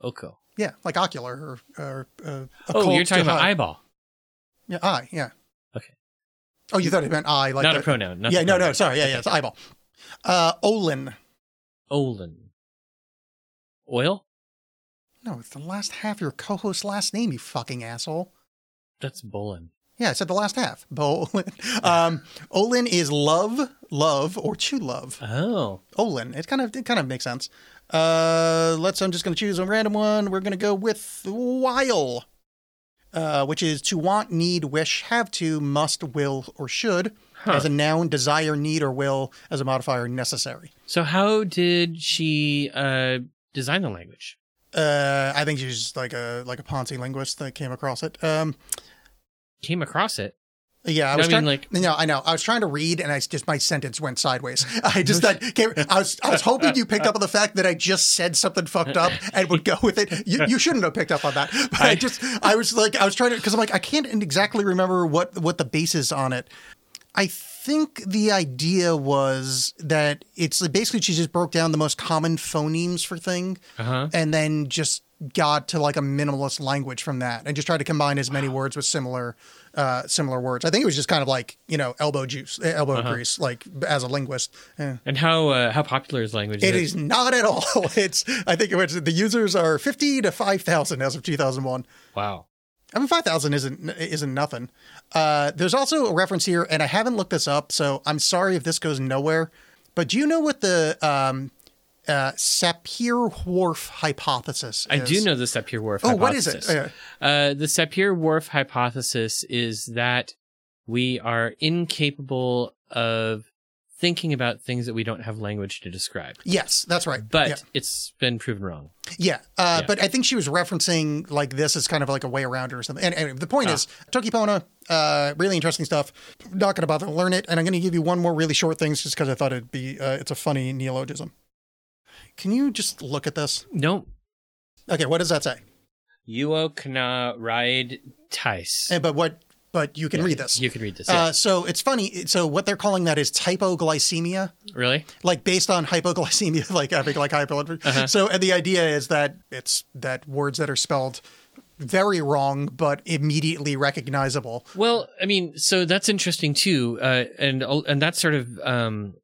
S5: Oko.
S3: Yeah, like ocular or. or uh,
S5: Oh,
S3: occult
S5: you're talking
S3: to
S5: about
S3: eye.
S5: eyeball.
S3: Yeah, eye. Yeah.
S5: Okay.
S3: Oh, you thought it meant eye, like
S5: not
S3: the-
S5: a pronoun. Not
S3: yeah,
S5: a
S3: no,
S5: pronoun.
S3: no, sorry. Yeah, yeah, it's eyeball. Uh, Olin.
S5: Olin. Oil?
S3: No, it's the last half of your co host's last name, you fucking asshole.
S5: That's Bolin.
S3: Yeah, I said the last half. Bolin. Um, Olin is love, love, or to love.
S5: Oh.
S3: Olin. It kind of it kind of makes sense. Uh, let's. I'm just going to choose a random one. We're going to go with while, uh, which is to want, need, wish, have to, must, will, or should. As a noun, desire, need, or will. As a modifier, necessary.
S5: So how did she uh design the language?
S3: Uh, I think she's just like a like a Ponzi linguist that came across it. Um,
S5: Came across it.
S3: Yeah, I
S5: No,
S3: was
S5: I mean,
S3: trying,
S5: like-
S3: no, I know. I was trying to read, and I just my sentence went sideways. I just that came, I was I was hoping you picked up on the fact that I just said something fucked up and would go with it. You, you shouldn't have picked up on that. But I,
S5: I-
S3: just I was like I was trying to because I'm like I can't exactly remember what what the basis on it. I think the idea was that it's basically she just broke down the most common phonemes for thing,
S5: Uh-huh.
S3: and then just got to like a minimalist language from that, and just tried to combine as many words with similar, uh, similar words. I think it was just kind of like you know elbow juice, eh, elbow grease, like as a linguist. eh.
S5: And how uh, how popular is language?
S3: It is not at all. It's I think it was, the users are fifty to five thousand as of two thousand one.
S5: Wow.
S3: I mean, five thousand isn't isn't nothing. Uh, there's also a reference here, and I haven't looked this up, so I'm sorry if this goes nowhere. But do you know what the um, uh, Sapir-Whorf hypothesis?
S5: I
S3: is?
S5: do know the Sapir-Whorf
S3: Oh,
S5: hypothesis.
S3: what is it?
S5: Uh, the Sapir-Whorf hypothesis is that we are incapable of thinking about things that we don't have language to describe.
S3: Yes, that's right.
S5: But
S3: yeah,
S5: it's been proven wrong.
S3: yeah. Uh,
S5: yeah.
S3: but I think she was referencing like this as kind of like a way around it or something. And, anyway, the point
S5: Ah.
S3: is, Tokipona, uh, really interesting stuff. Not going to bother to learn it, and I'm going to give you one more really short thing just because I thought it'd be uh, it's a funny neologism. Can you just look at this?
S5: No.
S3: Okay, what does that say?
S5: Yuo kana ride tice.
S3: And, Eh, but what? But you can read this.
S5: You can read this.
S3: Uh, so it's funny. So what they're calling that is typoglycemia.
S5: yeah. Really?
S3: like based on hypoglycemia, like having like high blood pressure.
S5: Uh-huh.
S3: So, and the idea is that it's that words that are spelled very wrong but immediately recognizable.
S5: Well, I mean, so that's interesting too, uh, and and that's sort of um,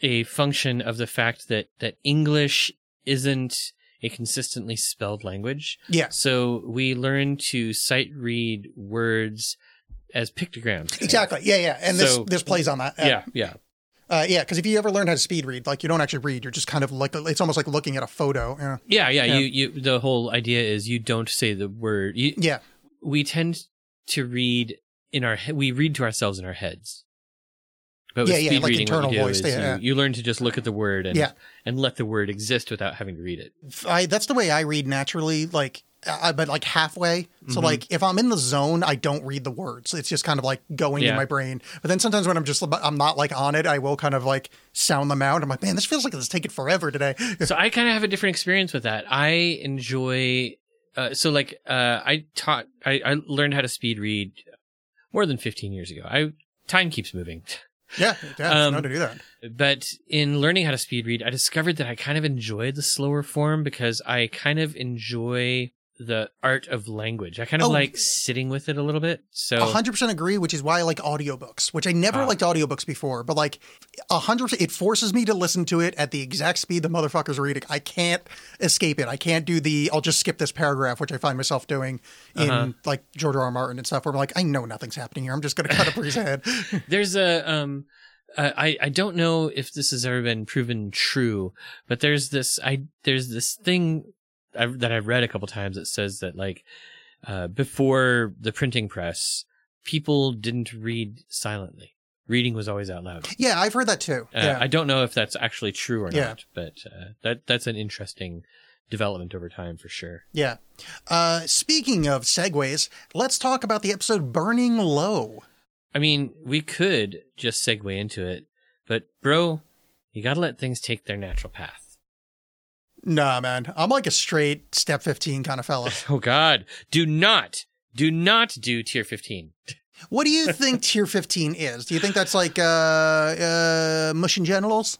S5: a function of the fact that that English isn't a consistently spelled language.
S3: Yes,
S5: So we learn to sight read words as pictograms.
S3: exactly. Yeah, yeah. And this
S5: So-
S3: this plays on that. Uh,
S5: Yeah, yeah.
S3: uh, yeah. Because if you ever learn how to speed read, like you don't actually read, you're just kind of like it's almost like looking at a photo. Yeah.
S5: Yeah, yeah,
S3: Yeah.
S5: You, you, the whole idea is you don't say the word. You,
S3: Yeah.
S5: We tend to read in our, he- we read to ourselves in our heads. But with
S3: Yeah, yeah,
S5: speed
S3: like
S5: reading, what
S3: internal
S5: you do
S3: voice,
S5: is
S3: yeah,
S5: you,
S3: yeah.
S5: you learn to just look at the word and
S3: Yeah.
S5: and let the word exist without having to read it.
S3: I that's the way I read naturally. Like I, but like halfway.
S5: Mm-hmm.
S3: So like if I'm in the zone, I don't read the words. It's just kind of like going in
S5: Yeah.
S3: my brain. But then sometimes when I'm just I'm not like on it, I will kind of like sound them out. I'm like, man, this feels like this is taking forever today.
S5: so I kind of have a different experience with that. I enjoy. Uh, so like uh, I taught, I, I learned how to speed read more than 15 years ago. I time keeps moving,
S3: yeah, yeah,
S5: Um,
S3: no to do that.
S5: but in learning how to speed read, I discovered that I kind of enjoy the slower form because I kind of enjoy the art of language. I kind of
S3: Oh.
S5: like sitting with it a little bit. So
S3: 100% agree, which is why I like audiobooks, which I
S5: Ah.
S3: never liked audiobooks before, but like 100 it forces me to listen to it at the exact speed the motherfucker's reading. I can't escape it. I can't do the I'll just skip this paragraph, which I find myself doing in
S5: Uh-huh.
S3: like George R. R. Martin and stuff where I'm like, I know nothing's happening here. I'm just going to cut a breeze ahead.
S5: There's a um, uh, I I don't know if this has ever been proven true, but there's this I there's this thing i that I've read a couple times that says that like uh, before the printing press, people didn't read silently. Reading was always out loud.
S3: Yeah, I've heard that too.
S5: Uh,
S3: yeah.
S5: I don't know if that's actually true or
S3: Yeah.
S5: not, but uh, that that's an interesting development over time for sure.
S3: yeah. Uh, speaking of segues, let's talk about the episode Burning Low.
S5: I mean, we could just segue into it, but bro, you got to let things take their natural path.
S3: Nah, man. I'm like a straight step 15 kind of fella.
S5: Oh God! Do not, do not do tier fifteen.
S3: What do you think tier 15 is? Do you think that's like uh, uh, mush and genitals?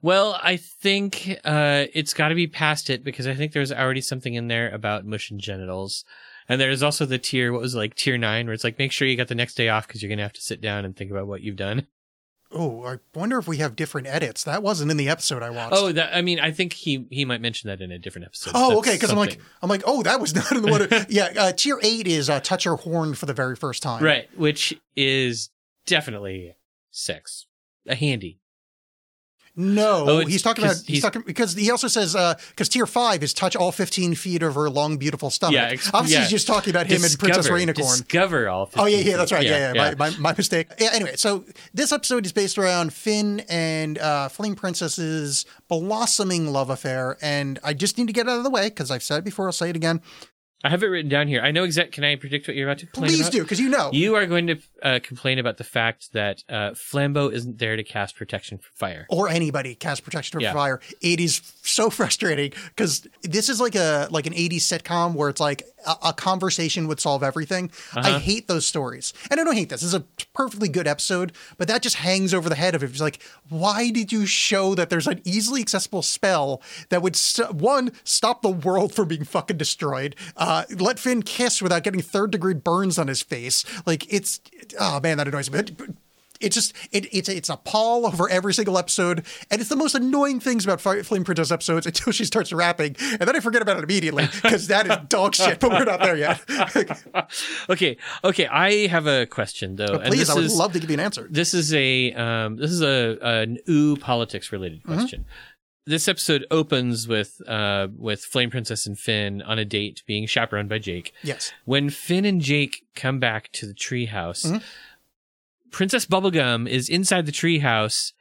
S5: Well, I think uh, it's got to be past it because I think there's already something in there about mush and genitals, and there's also the tier what was it, like tier nine where it's like make sure you got the next day off because you're gonna have to sit down and think about what you've done.
S3: Oh, I wonder if we have different edits. That wasn't in the episode I watched.
S5: Oh, that I mean, I think he he might mention that in a different episode.
S3: Oh,
S5: That's
S3: okay. Because I'm like,
S5: something.
S3: I'm like, oh, that was not in the one. yeah, uh, tier eight is uh, touch your horn for the very first time.
S5: right, which is definitely sex, a handy.
S3: No,
S5: Oh, it's
S3: he's talking
S5: 'cause
S3: about he's,
S5: he's-
S3: talking because he also says because tier five is touch all 15 feet of her long, beautiful stomach.
S5: Yeah, ex-
S3: obviously
S5: yeah.
S3: he's just talking about him and Princess
S5: Discover-
S3: Rainicorn.
S5: Discover all. 15
S3: Oh yeah, yeah, that's right. Yeah, yeah,
S5: yeah.
S3: My, my, my mistake. Yeah, anyway, so this episode is based around Finn and uh, Fling Princess's blossoming love affair, and I just need to get it out of the way because I've said it before. I'll say it again.
S5: I have it written down here. I know exact. Can I predict what you're about to complain
S3: Please
S5: about?
S3: do, because you know.
S5: You are going to uh, complain about the fact that uh, Flambeau isn't there to cast protection from fire.
S3: or anybody cast protection from
S5: Yeah.
S3: fire. It is so frustrating because this is like a like an 80s sitcom where it's like a, a conversation would solve everything. I hate those stories, and I don't hate this. This is a perfectly good episode, but that just hangs over the head of it. It's like, why did you show that there's an easily accessible spell that would st- one stop the world from being fucking destroyed, uh, let Finn kiss without getting third degree burns on his face? Like it's oh man, that annoys me. But- but- it's just it, it's it's a pall over every single episode, and it's the most annoying things about Fire, Flame Princess episodes until she starts rapping, and then I forget about it immediately because that is dog shit. But we're not there yet.
S5: okay, okay. I have a question though. and
S3: Please,
S5: this
S3: I would
S5: is,
S3: love to give you an answer.
S5: This is a um, this is a an ooh politics related
S3: Mm-hmm.
S5: question. This episode opens with uh, with Flame Princess and Finn on a date being chaperoned by Jake.
S3: Yes.
S5: When Finn and Jake come back to the treehouse,
S3: Mm-hmm.
S5: Princess Bubblegum is inside the treehouse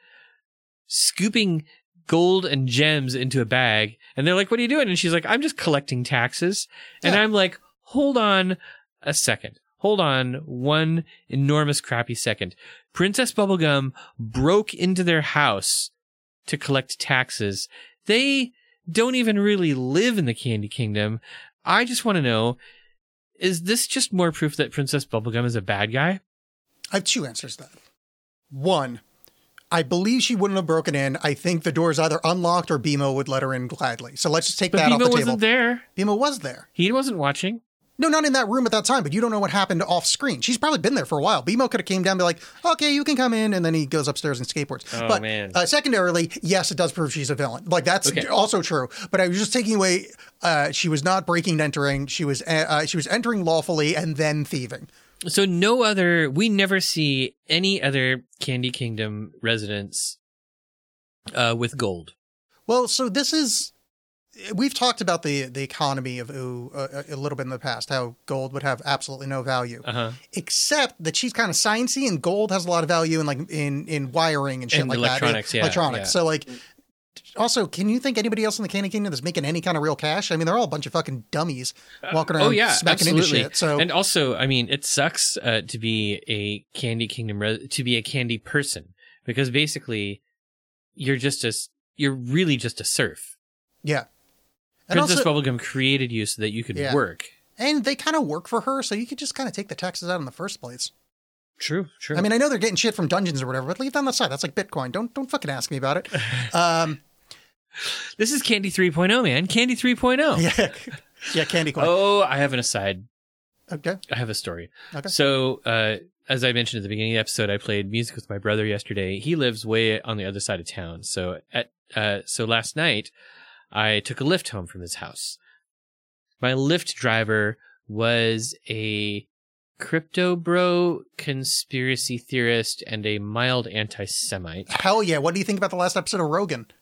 S5: scooping gold and gems into a bag. And they're like, What are you doing? And she's like, I'm just collecting taxes. And
S3: Yeah.
S5: I'm like, Hold on a second. Hold on one enormous crappy second. Princess Bubblegum broke into their house to collect taxes. They don't even really live in the Candy Kingdom. I just want to know is this just more proof that Princess Bubblegum is a bad guy?
S3: I have two answers to that. One, I believe she wouldn't have broken in. I think the door is either unlocked or BMO would let her in gladly. So let's just take
S5: But
S3: that off
S5: Bimo
S3: the
S5: wasn't
S3: table.
S5: there.
S3: BMO was there.
S5: He wasn't watching.
S3: No, not in that room at that time, but you don't know what happened off screen. She's probably been there for a while. BMO could have came down and be like, okay, you can come in. And then he goes upstairs and skateboards.
S5: Oh,
S3: but
S5: man.
S3: Uh, secondarily, yes, it does prove she's a villain. Like that's
S5: Okay.
S3: also true. But I was just taking away, uh, she was not breaking and entering. She was, uh, uh, she was entering lawfully and then thieving.
S5: So no other we never see any other Candy Kingdom residents uh with gold.
S3: Well, so this is we've talked about the the economy of ooh a, a little bit in the past, how gold would have absolutely no value,
S5: Uh-huh.
S3: except that she's kind of sciencey, and gold has a lot of value in like in in wiring and shit
S5: And
S3: like
S5: electronics,
S3: that,
S5: yeah,
S3: electronics.
S5: yeah.
S3: So like. Also, can you think anybody else in the Candy Kingdom that's making any kind of real cash? I mean, they're all a bunch of fucking dummies walking around
S5: oh yeah,
S3: smacking
S5: absolutely.
S3: into shit. So
S5: and also, I mean, it sucks uh, to be a Candy Kingdom re- to be a candy person because basically, you're just a s- you're really just a serf.
S3: yeah, and
S5: Princess
S3: also,
S5: Bubblegum created you so that you could
S3: Yeah.
S5: work.
S3: and they kind of work for her, so you could just kind of take the taxes out in the first place.
S5: True, true.
S3: I mean, I know they're getting shit from dungeons or whatever, but leave that on the side. That's like Bitcoin. Don't don't fucking ask me about it. Um,
S5: this is Candy 3.0, man. Candy 3.0.
S3: yeah, yeah, Candy Coin.
S5: Oh, I have an aside.
S3: Okay,
S5: I have a story.
S3: Okay.
S5: So, uh, as I mentioned at the beginning of the episode, I played music with my brother yesterday. He lives way on the other side of town. So at uh, so last night, I took a lift home from his house. My Lyft driver was a crypto bro, conspiracy theorist, and a mild anti-Semite.
S3: hell yeah. What do you think about the last episode of Rogan?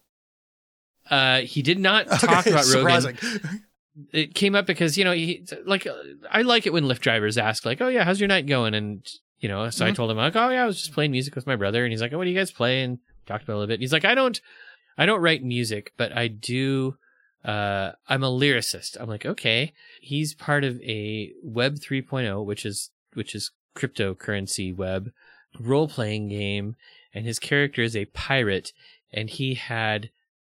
S5: Uh, he did not talk about Rogan.
S3: surprising.
S5: it came up because you know he like uh, I like it when Lyft drivers ask like, "Oh yeah, how's your night going?" And you know, so I told him like, "Oh yeah, I was just playing music with my brother," and he's like, "Oh, what do you guys play?" And talked about it a little bit. And he's like, "I don't, I don't write music, but I do. Uh, I'm a lyricist." I'm like, "Okay." He's part of a Web 3.0, which is which is cryptocurrency web role playing game, and his character is a pirate, and he had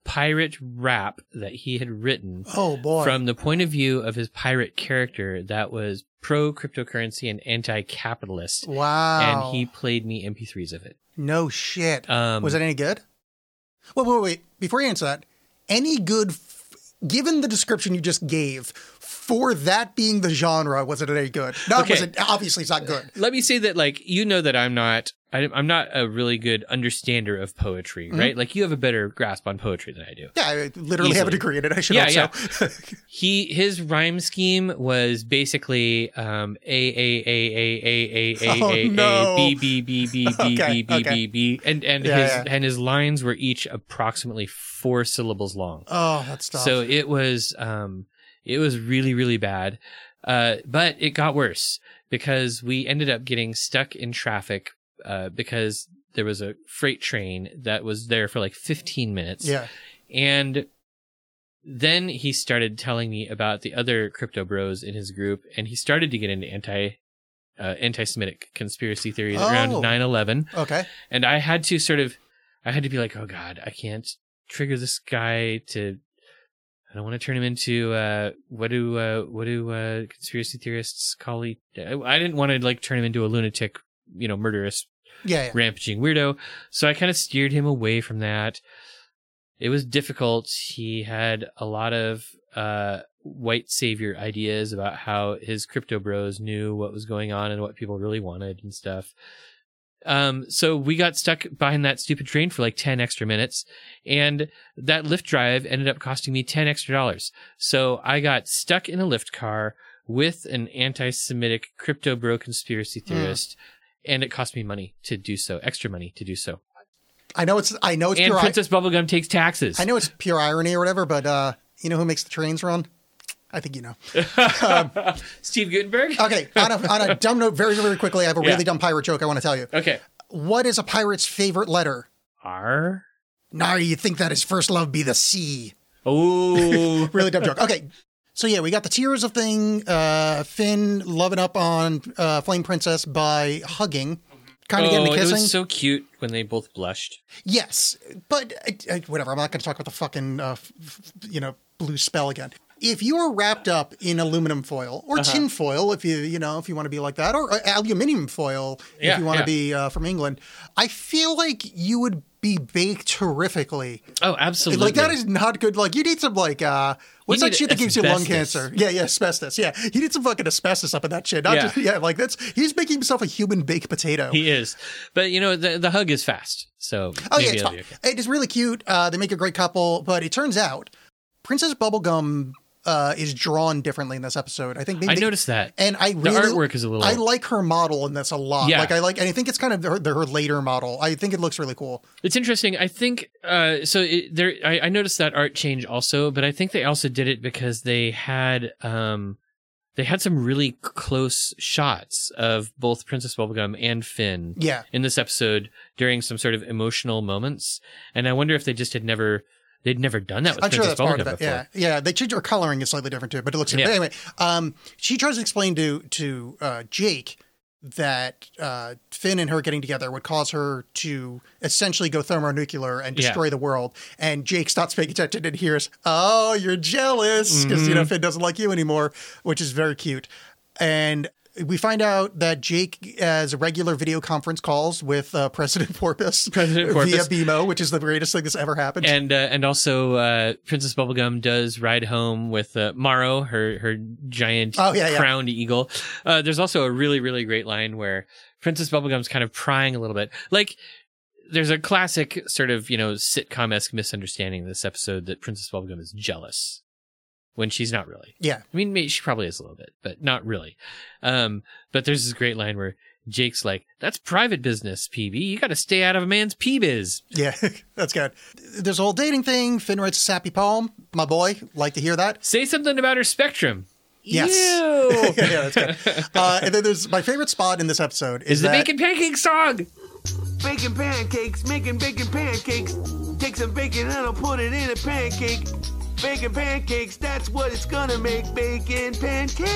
S5: pirate rap that he had written
S3: Oh boy.
S5: from the point of view of his pirate character that was pro cryptocurrency and anti capitalist.
S3: wow.
S5: And he played me MP3s of it.
S3: no shit.
S5: Um,
S3: was it any good? Wait, wait, wait. Before you answer that, any good? F- given the description you just gave for that being the genre, was it any good? No, it
S5: Okay.
S3: wasn't. Obviously, it's not good.
S5: Let me say that, like, you know that I'm not. I, I'm not a really good understander of poetry,
S3: Mm-hmm.
S5: right? Like you have a better grasp on poetry than I do.
S3: Yeah, I literally have a
S5: Easily.
S3: degree in it. I should
S5: Yeah,
S3: also.
S5: He his rhyme scheme was basically um a a a a a a
S3: Oh,
S5: a a
S3: no.
S5: b b b b b
S3: Okay,
S5: b b b
S3: okay.
S5: b and and
S3: Yeah,
S5: his
S3: yeah.
S5: and his lines were each approximately four syllables long.
S3: oh, that stuff.
S5: So it was um it was really really bad. Uh but it got worse because we ended up getting stuck in traffic uh because there was a freight train that was there for like 15 minutes.
S3: yeah.
S5: And then he started telling me about the other crypto bros in his group and he started to get into anti uh, anti-Semitic conspiracy theories around
S3: Oh.
S5: 9/11
S3: Okay.
S5: and I had to sort of, I had to be like, oh god, I can't trigger this guy to. I don't want to turn him into uh, what do uh, what do uh, conspiracy theorists call he? I I didn't want to like turn him into a lunatic, you know, murderous,
S3: Yeah. yeah.
S5: rampaging weirdo. So I kind of steered him away from that. It was difficult. He had a lot of uh, white savior ideas about how his crypto bros knew what was going on and what people really wanted and stuff. Um, so we got stuck behind that stupid train for like 10 extra minutes and that Lyft drive ended up costing me 10 extra dollars. So I got stuck in a Lyft car with an anti-Semitic crypto bro conspiracy theorist and it cost me money to do so, extra money to do so.
S3: I know it's. I know it's
S5: and
S3: pure. I,
S5: Princess Bubblegum takes taxes.
S3: I know it's pure irony or whatever, but uh, you know who makes the trains run? I think you know.
S5: Steve Gutenberg?
S3: Okay. On a, on a dumb note, very very quickly, I have a
S5: Yeah.
S3: really dumb pirate joke I want to tell you.
S5: Okay.
S3: What is a pirate's favorite letter?
S5: R?
S3: Nah, you think that his first love be the sea?
S5: Oh.
S3: Really dumb joke. Okay. So yeah, we got the tears of thing. Uh, Finn loving up on uh, Flame Princess by hugging, kind of getting
S5: oh,
S3: the
S5: it
S3: kissing.
S5: was so cute when they both blushed.
S3: Yes, but uh, uh, whatever. I'm not going to talk about the fucking, uh, f- f- you know, blue spell again. If you are wrapped up in aluminum foil or
S5: Uh-huh.
S3: tin foil, if you you know if you want to be like that, or uh, aluminium foil
S5: Yeah,
S3: if you want to
S5: yeah.
S3: be uh, from England, I feel like you would be baked horrifically.
S5: Oh, absolutely.
S3: Like that is not good. Like you need some like uh, what's
S5: You
S3: that
S5: need
S3: shit that gives you lung
S5: asbestos.
S3: cancer? Yeah, yeah, asbestos. Yeah, he needs some fucking asbestos up in that shit. Not
S5: Yeah.
S3: yeah. Just, yeah, like that's he's making himself a human baked potato.
S5: He is. But you know, the, the hug is fast. So
S3: Oh
S5: maybe
S3: yeah, it's
S5: it'll
S3: fine.
S5: be okay.
S3: It is really cute. Uh, they make a great couple, but it turns out Princess Bubblegum uh, is drawn differently in this episode. I think maybe
S5: I
S3: they-
S5: noticed that.
S3: and I
S5: The
S3: really
S5: artwork is a little-
S3: I like her model in this a lot.
S5: Yeah.
S3: Like I like, and I think it's kind of her, her later model. I think it looks really cool.
S5: It's interesting. I think uh, so. It, there, I, I noticed that art change also, but I think they also did it because they had um, they had some really close shots of both Princess Bubblegum and Finn
S3: Yeah,
S5: in this episode during some sort of emotional moments, and I wonder if they just had never They'd never done that with
S3: I'm sure
S5: Princess
S3: that's part
S5: Mononoke
S3: of it.
S5: before.
S3: Yeah, yeah. They change her coloring is slightly different too, but it looks.
S5: Yeah.
S3: But anyway, um, she tries to explain to to uh, Jake that uh, Finn and her getting together would cause her to essentially go thermonuclear and
S5: Yeah.
S3: destroy the world. And Jake stops paying attention and hears, "Oh, you're jealous because you know
S5: Mm-hmm.
S3: Finn doesn't like you anymore," which is very cute. And we find out that Jake has regular video conference calls with uh, President Porpoise,
S5: President Porpoise.
S3: via BMO, which is the greatest thing that's ever happened.
S5: and uh, and also uh, Princess Bubblegum does ride home with uh, Morrow, her her giant
S3: Oh, yeah, yeah.
S5: crowned eagle. Uh, there's also a really really great line where Princess Bubblegum's kind of prying a little bit, like. There's a classic sort of, you know, sitcom esque misunderstanding in this episode that Princess Bubblegum is jealous when she's not really.
S3: yeah.
S5: I mean, maybe she probably is a little bit, but not really. Um, but there's this great line where Jake's like, "That's private business, PB. You got to stay out of a man's p biz."
S3: Yeah, that's good. There's a whole dating thing. Finn writes a sappy poem. My boy, like to hear that.
S5: Say something about her spectrum.
S3: Yes.
S5: Ew.
S3: yeah, yeah, that's good. Uh, and then there's my favorite spot in this episode is,
S5: Is the
S3: that
S5: bacon pancake song?
S6: Baking pancakes, making bacon pancakes. Take some bacon and I'll put it in a pancake. Bacon pancakes, that's what it's gonna make. Bacon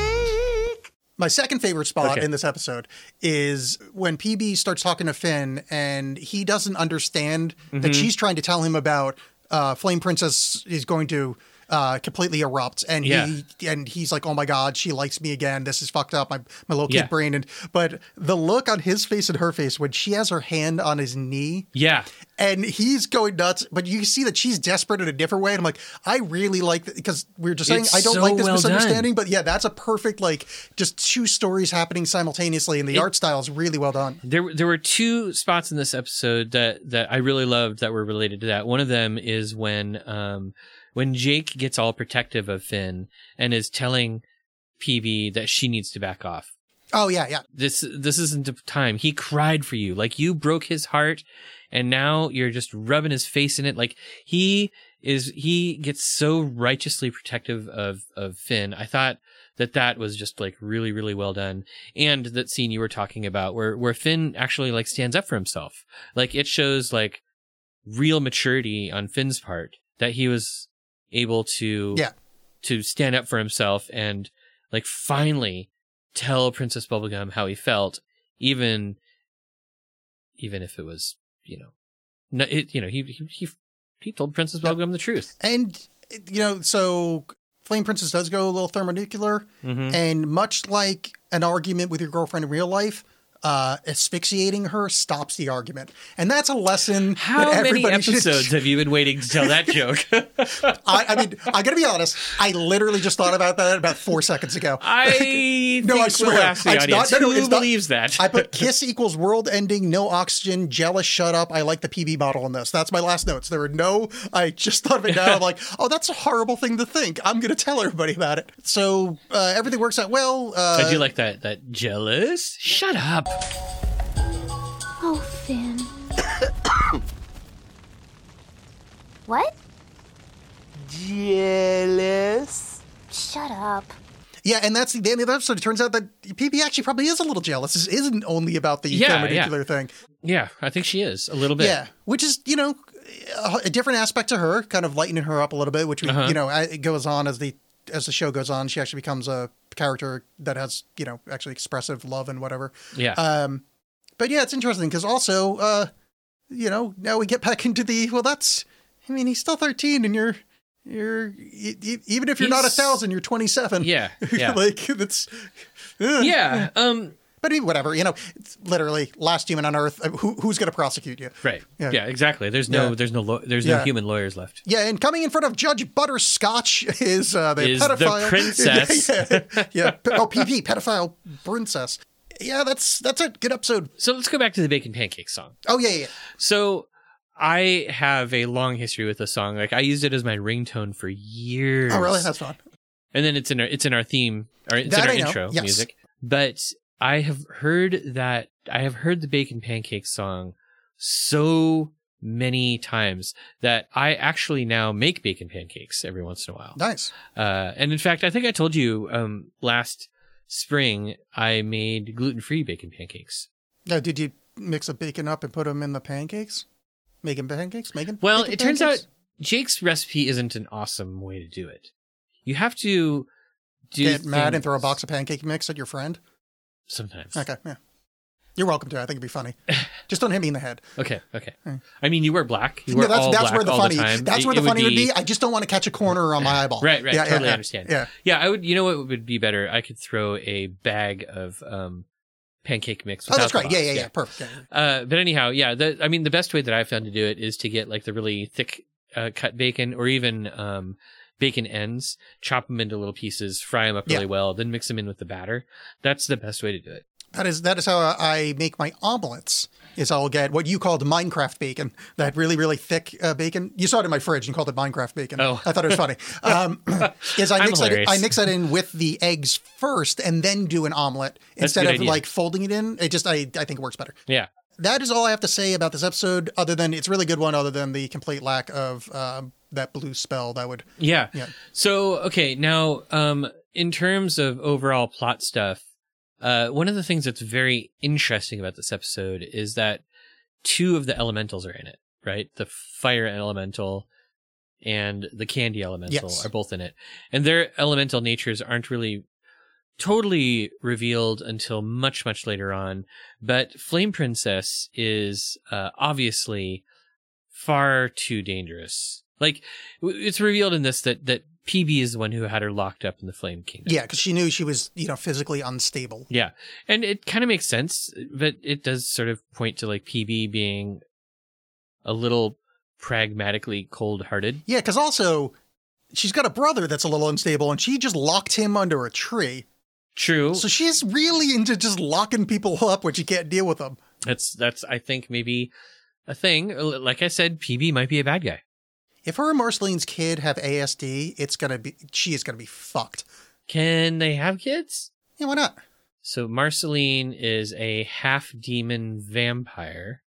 S6: pancake.
S3: my second favorite spot
S5: Okay.
S3: in this episode is when PB starts talking to Finn and he doesn't understand
S5: Mm-hmm.
S3: that she's trying to tell him about uh, Flame Princess is going to. Uh, completely erupts and he and he's like oh my god she likes me again this is fucked up my, my little kid
S5: Yeah.
S3: brain and but the look on his face and her face when she has her hand on his knee
S5: Yeah.
S3: and he's going nuts. But you see that she's desperate in a different way. And I'm like, I really like because we were just saying
S5: It's
S3: I don't
S5: so
S3: like this
S5: well done.
S3: misunderstanding. But yeah, that's a perfect like just two stories happening simultaneously, and the art style is really well done.
S5: There, there were two spots in this episode that, that I really loved that were related to that. One of them is when, um, when Jake gets all protective of Finn and is telling PB that she needs to back off.
S3: Oh yeah, yeah,
S5: This, this isn't the time. He cried for you. Like you broke his heart and now you're just rubbing his face in it. Like he is, he gets so righteously protective of, of Finn. I thought that that was just like really, really well done. And that scene you were talking about where, where Finn actually like stands up for himself. Like it shows like real maturity on Finn's part that he was able to,
S3: Yeah.
S5: to stand up for himself and like finally tell Princess Bubblegum how he felt, even, even if it was, you know, no, it, you know, he, he, he, he told Princess Bubblegum the truth.
S3: and you know, so Flame Princess does go a little thermonuclear,
S5: Mm-hmm.
S3: and much like an argument with your girlfriend in real life. Uh, asphyxiating her stops the argument, and that's a lesson.
S5: How
S3: that
S5: many
S3: everybody should-
S5: episodes have you been waiting to tell that joke?
S3: I, I mean, I gotta be honest. I literally just thought about that about four seconds ago.
S5: I
S3: No,
S5: think
S3: I swear.
S5: We'll ask the
S3: It's
S5: audience
S3: not- no, no,
S5: who
S3: it's not-
S5: believes that.
S3: I put kiss equals world ending, no oxygen, jealous, shut up. I like the PB bottle in this. That's my last notes. There were no, I just thought of it now. I'm like, oh, that's a horrible thing to think. I'm going to tell everybody about it. So uh, everything works out well. Uh,
S5: I do like that. That jealous. Shut up.
S2: Oh, Finn. what?
S6: Jealous.
S2: Shut up.
S3: yeah, and that's the, the end of the episode. It turns out that PB actually probably is a little jealous. This isn't only about the
S5: Yeah,
S3: thermonuclear thing.
S5: Yeah, I think she is a little bit.
S3: Yeah, which is you know a, a different aspect to her, kind of lightening her up a little bit, which we,
S5: Uh-huh.
S3: you know I- it goes on as the as the show goes on. She actually becomes a character that has you know actually expressive love and whatever.
S5: Yeah.
S3: Um, but yeah, it's interesting because also uh, you know now we get back into the well that's I mean he's still thirteen and you're. You're e- e- even if you're not a
S5: He's-
S3: thousand, you're 27.
S5: Yeah, yeah.
S3: like that's.
S5: yeah. Um.
S3: But I mean, whatever, you know, it's literally last human on earth. uh, Who, who's going to prosecute you?
S5: Right.
S3: Yeah.
S5: Yeah. Exactly. There's no.
S3: Yeah.
S5: There's no. Law, there's no
S3: Yeah.
S5: human lawyers left.
S3: Yeah, and coming in front of Judge Butterscotch is uh, the
S5: Is the
S3: pedophile
S5: princess.
S3: yeah, yeah, yeah. oh, PP, pedophile princess. Yeah, that's that's it. Good episode.
S5: So let's go back to the bacon pancake song.
S3: Oh yeah, yeah.
S5: So I have a long history with this song. Like I used it as my ringtone for years.
S3: yeah. Oh really? That's fun.
S5: and then it's in our it's in our theme or it's
S3: That
S5: in our
S3: I know,
S5: intro
S3: yes.
S5: music. But I have heard that I have heard the bacon pancake song so many times that I actually now make bacon pancakes every once in a while.
S3: Nice.
S5: Uh, and in fact, I think I told you um, last spring I made gluten free bacon pancakes.
S3: Now, did you mix the bacon up and put them in the pancakes? Making pancakes? Making
S5: Well,
S3: bacon
S5: it turns
S3: pancakes?
S5: out Jake's recipe isn't an awesome way to do it. You have to do
S3: Get mad and throw a
S5: things
S3: box of pancake mix at your friend.
S5: sometimes.
S3: Okay, yeah. You're welcome to. I think it'd be funny. Just don't hit me in the head.
S5: Okay, okay. I mean, you wear black.
S3: Hmm.
S5: You
S3: No,
S5: wear
S3: that's
S5: all
S3: that's
S5: black
S3: where the
S5: all
S3: funny.
S5: the time.
S3: that's
S5: It-
S3: where the
S5: it
S3: funny would be. I just don't want to catch a corner on my eyeball.
S5: Right, right.
S3: Yeah, yeah,
S5: totally
S3: yeah.
S5: understand.
S3: Yeah.
S5: yeah. I would. You know what would be better? I could throw a bag of um, pancake mix.
S3: Oh, that's
S5: without the
S3: great. Yeah,
S5: box.
S3: yeah, yeah. Perfect. Yeah.
S5: Uh, but anyhow, yeah. The, I mean, the best way that I've found to do it is to get like the really thick uh, cut bacon, or even um, bacon ends, chop them into little pieces, fry them up really
S3: Yeah.
S5: well, then mix them in with the batter. That's the best way to do it.
S3: That is that is how I make my omelets. Is I'll get what you called Minecraft bacon, that really really thick uh, bacon. You saw it in my fridge and called it Minecraft bacon.
S5: Oh.
S3: I thought it was funny. Um, is I
S5: I'm
S3: mix that, I
S5: hilarious.
S3: mix that in with the eggs first and then do an omelet
S5: That's a
S3: instead
S5: good
S3: of
S5: idea.
S3: like folding it in. It just I I think it works better.
S5: Yeah.
S3: That is all I have to say about this episode. Other than it's a really good one. Other than the complete lack of um, that blue spell that would
S5: Yeah.
S3: Yeah.
S5: So okay, now um in terms of overall plot stuff, uh one of the things that's very interesting about this episode is that two of the elementals are in it, right? The fire elemental and the candy elemental
S3: Yes.
S5: are both in it. And their elemental natures aren't really totally revealed until much much later on, but Flame Princess is uh obviously far too dangerous. Like w- it's revealed in this that that PB is the one who had her locked up in the Flame Kingdom.
S3: yeah because she knew she was you know physically unstable.
S5: Yeah. And it kind of makes sense, but it does sort of point to like PB being a little pragmatically cold-hearted.
S3: Yeah, because also she's got a brother that's a little unstable, and she just locked him under a tree.
S5: True.
S3: So she's really into just locking people up when she can't deal with them.
S5: that's that's I think maybe a thing. L- Like I said, PB might be a bad guy.
S3: If her and Marceline's kid have ASD, it's gonna be she is gonna be fucked.
S5: Can they have kids?
S3: Yeah, why not?
S5: So Marceline is a half demon vampire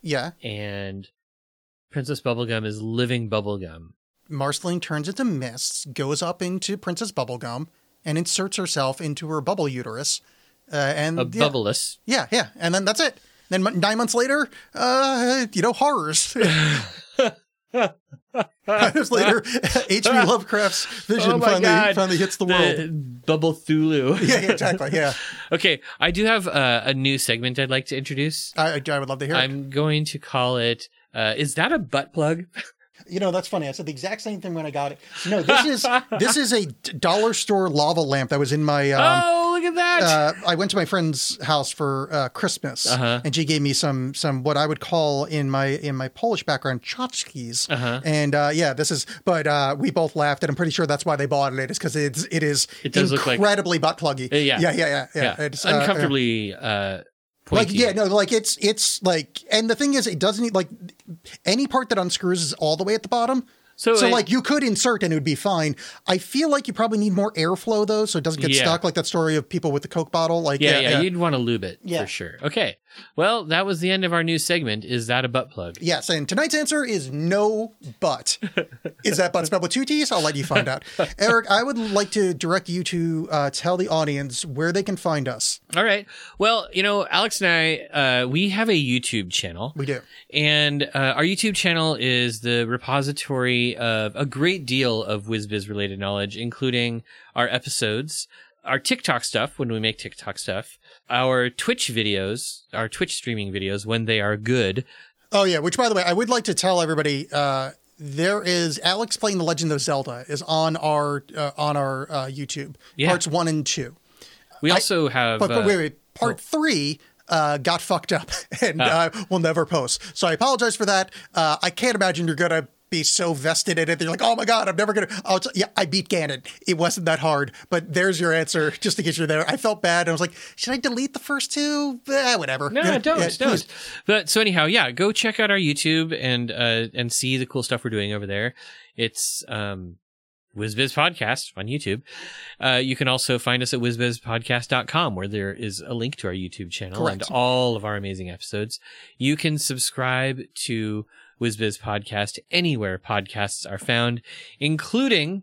S3: Yeah,
S5: and Princess Bubblegum is living bubblegum.
S3: Marceline turns into mists, goes up into Princess Bubblegum, and inserts herself into her bubble uterus. Uh, and
S5: A
S3: yeah,
S5: bubbleless.
S3: yeah, yeah, and then that's it. Then mon- nine months later, uh, you know, horrors. nine months later, H.P. Lovecraft's vision
S5: Oh my
S3: finally
S5: God.
S3: finally hits the world.
S5: The bubble Thulu.
S3: yeah, yeah, exactly. Yeah,
S5: Okay, I do have uh, a new segment I'd like to introduce.
S3: I, I would love to hear. it.
S5: I'm going to call it. Uh, is that a butt plug?
S3: You know, that's funny. I said the exact same thing when I got it. No, this is this is a d- dollar store lava lamp that was in my. Um,
S5: oh, look at that!
S3: uh, I went to my friend's house for uh, Christmas,
S5: Uh-huh.
S3: and she gave me some some what I would call in my in my Polish background tchotchkes.
S5: Uh-huh.
S3: And uh, yeah, this is. But uh, we both laughed, and I'm pretty sure that's why they bought it. Is because it's it is
S5: It does look like-
S3: incredibly butt pluggy.
S5: Uh, yeah.
S3: yeah, yeah, yeah. yeah.
S5: yeah,
S3: It's, uh, yeah.
S5: uncomfortably. Uh,
S3: Like
S5: pointy.
S3: yeah, no, like it's it's like, and the thing is, it doesn't need like any part that unscrews is all the way at the bottom.
S5: So
S3: So,
S5: it-
S3: like you could insert and it would be fine. I feel like you probably need more airflow though, so it doesn't get
S5: Yeah.
S3: stuck. Like that story of people with the Coke bottle. Like
S5: Yeah, yeah, you'd want to lube it
S3: Yeah.
S5: for sure. Okay, well, that was the end of our new segment. Is that a butt plug?
S3: Yes, and tonight's answer is no but. is that but spelled with two T's? I'll let you find out. Eric, I would like to direct you to uh, tell the audience where they can find us.
S5: All right. Well, you know, Alex and I, uh, we have a YouTube channel.
S3: We do.
S5: And uh, our YouTube channel is the repository of a great deal of WizBiz related knowledge, including our episodes, our TikTok stuff when we make TikTok stuff, our Twitch videos, our Twitch streaming videos when they are good.
S3: Oh yeah, which by the way, I would like to tell everybody uh, there is Alex playing the Legend of Zelda is on our uh, on our uh, YouTube
S5: Yeah.
S3: parts one and two.
S5: We also have.
S3: But, but
S5: uh,
S3: wait, wait, part three. Uh, got fucked up and
S5: Ah.
S3: uh, will never post. So I apologize for that. Uh, I can't imagine you're gonna be so vested in it. You're like, oh my god, I'm never gonna. I'll t- yeah, I beat Ganon. It wasn't that hard. But there's your answer, just in case you're there. I felt bad. I was like, should I delete the first two? Eh, whatever.
S5: No,
S3: Yeah,
S5: don't,
S3: yeah,
S5: don't. But so anyhow, yeah, go check out our YouTube and uh and see the cool stuff we're doing over there. It's um WizBiz Podcast on YouTube. Uh, you can also find us at WizBizPodcast.com where there is a link to our YouTube channel
S3: Correct.
S5: and all of our amazing episodes. You can subscribe to WizBiz Podcast anywhere podcasts are found, including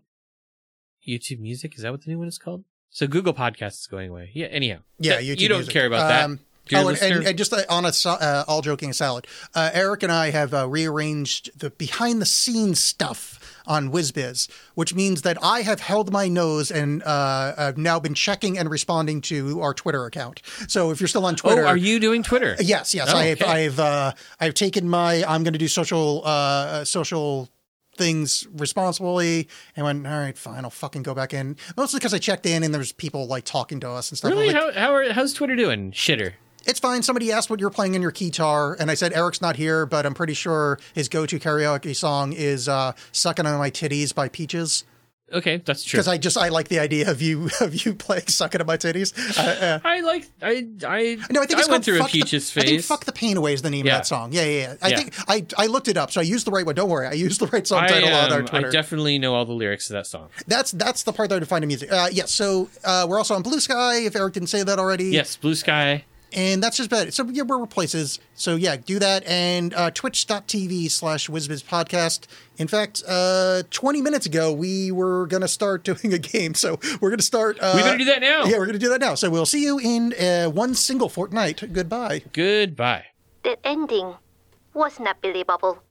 S5: YouTube Music. Is that what the new one is called? So Google Podcasts is going away. Yeah, anyhow.
S3: Yeah,
S5: Th-
S3: YouTube
S5: You don't
S3: Music.
S5: care about that.
S3: Um,
S5: Dear
S3: oh, and,
S5: listener,
S3: and, and just uh, on a so- uh, all joking aside, uh, Eric and I have uh, rearranged the behind the scenes stuff on WizBiz, which means that I have held my nose and uh, I've now been checking and responding to our Twitter account. So if you're still on Twitter, Uh,
S5: oh, are you doing Twitter?
S3: Yes, yes.
S5: Oh,
S3: I've
S5: okay.
S3: I've uh, I've taken my I'm going to do social uh, social things responsibly and went all right fine I'll fucking go back in mostly because I checked in and there's people like talking to us and stuff. I'm
S5: Really?
S3: like,
S5: How, how are, how's Twitter doing? Shitter.
S3: it's fine. Somebody asked what you're playing in your guitar, and I said Eric's not here, but I'm pretty sure his go-to karaoke song is uh, "Sucking on My Titties" by Peaches.
S5: Okay, that's true.
S3: Because I just I like the idea of you of you playing "Sucking on My Titties." Uh, uh,
S5: I like I I
S3: no, I think it's
S5: went
S3: called
S5: through a
S3: Fuck the-
S5: peaches
S3: I think
S5: phase.
S3: "Fuck the Pain Away" is the name
S5: Yeah.
S3: of that song. Yeah, yeah, yeah. I
S5: Yeah.
S3: think I I looked it up, so I used the right one. Don't worry, I used the right song
S5: I,
S3: title on our
S5: um, I
S3: Twitter.
S5: definitely know all the lyrics to that song.
S3: that's that's the part that I defined in music. Uh, yes, so uh, we're also on Blue Sky. If Eric didn't say that already,
S5: Yes, Blue Sky.
S3: and that's just about it. So yeah, we're places. So yeah, do that and uh, twitch.tv slash WizBiz podcast. In fact, uh, 20 minutes ago, we were going to start doing a game. So we're going to start. Uh,
S5: We better do that now.
S3: Yeah, we're going to do that now. So we'll see you in uh, one single fortnight. Goodbye.
S5: Goodbye.
S2: The ending was not believable.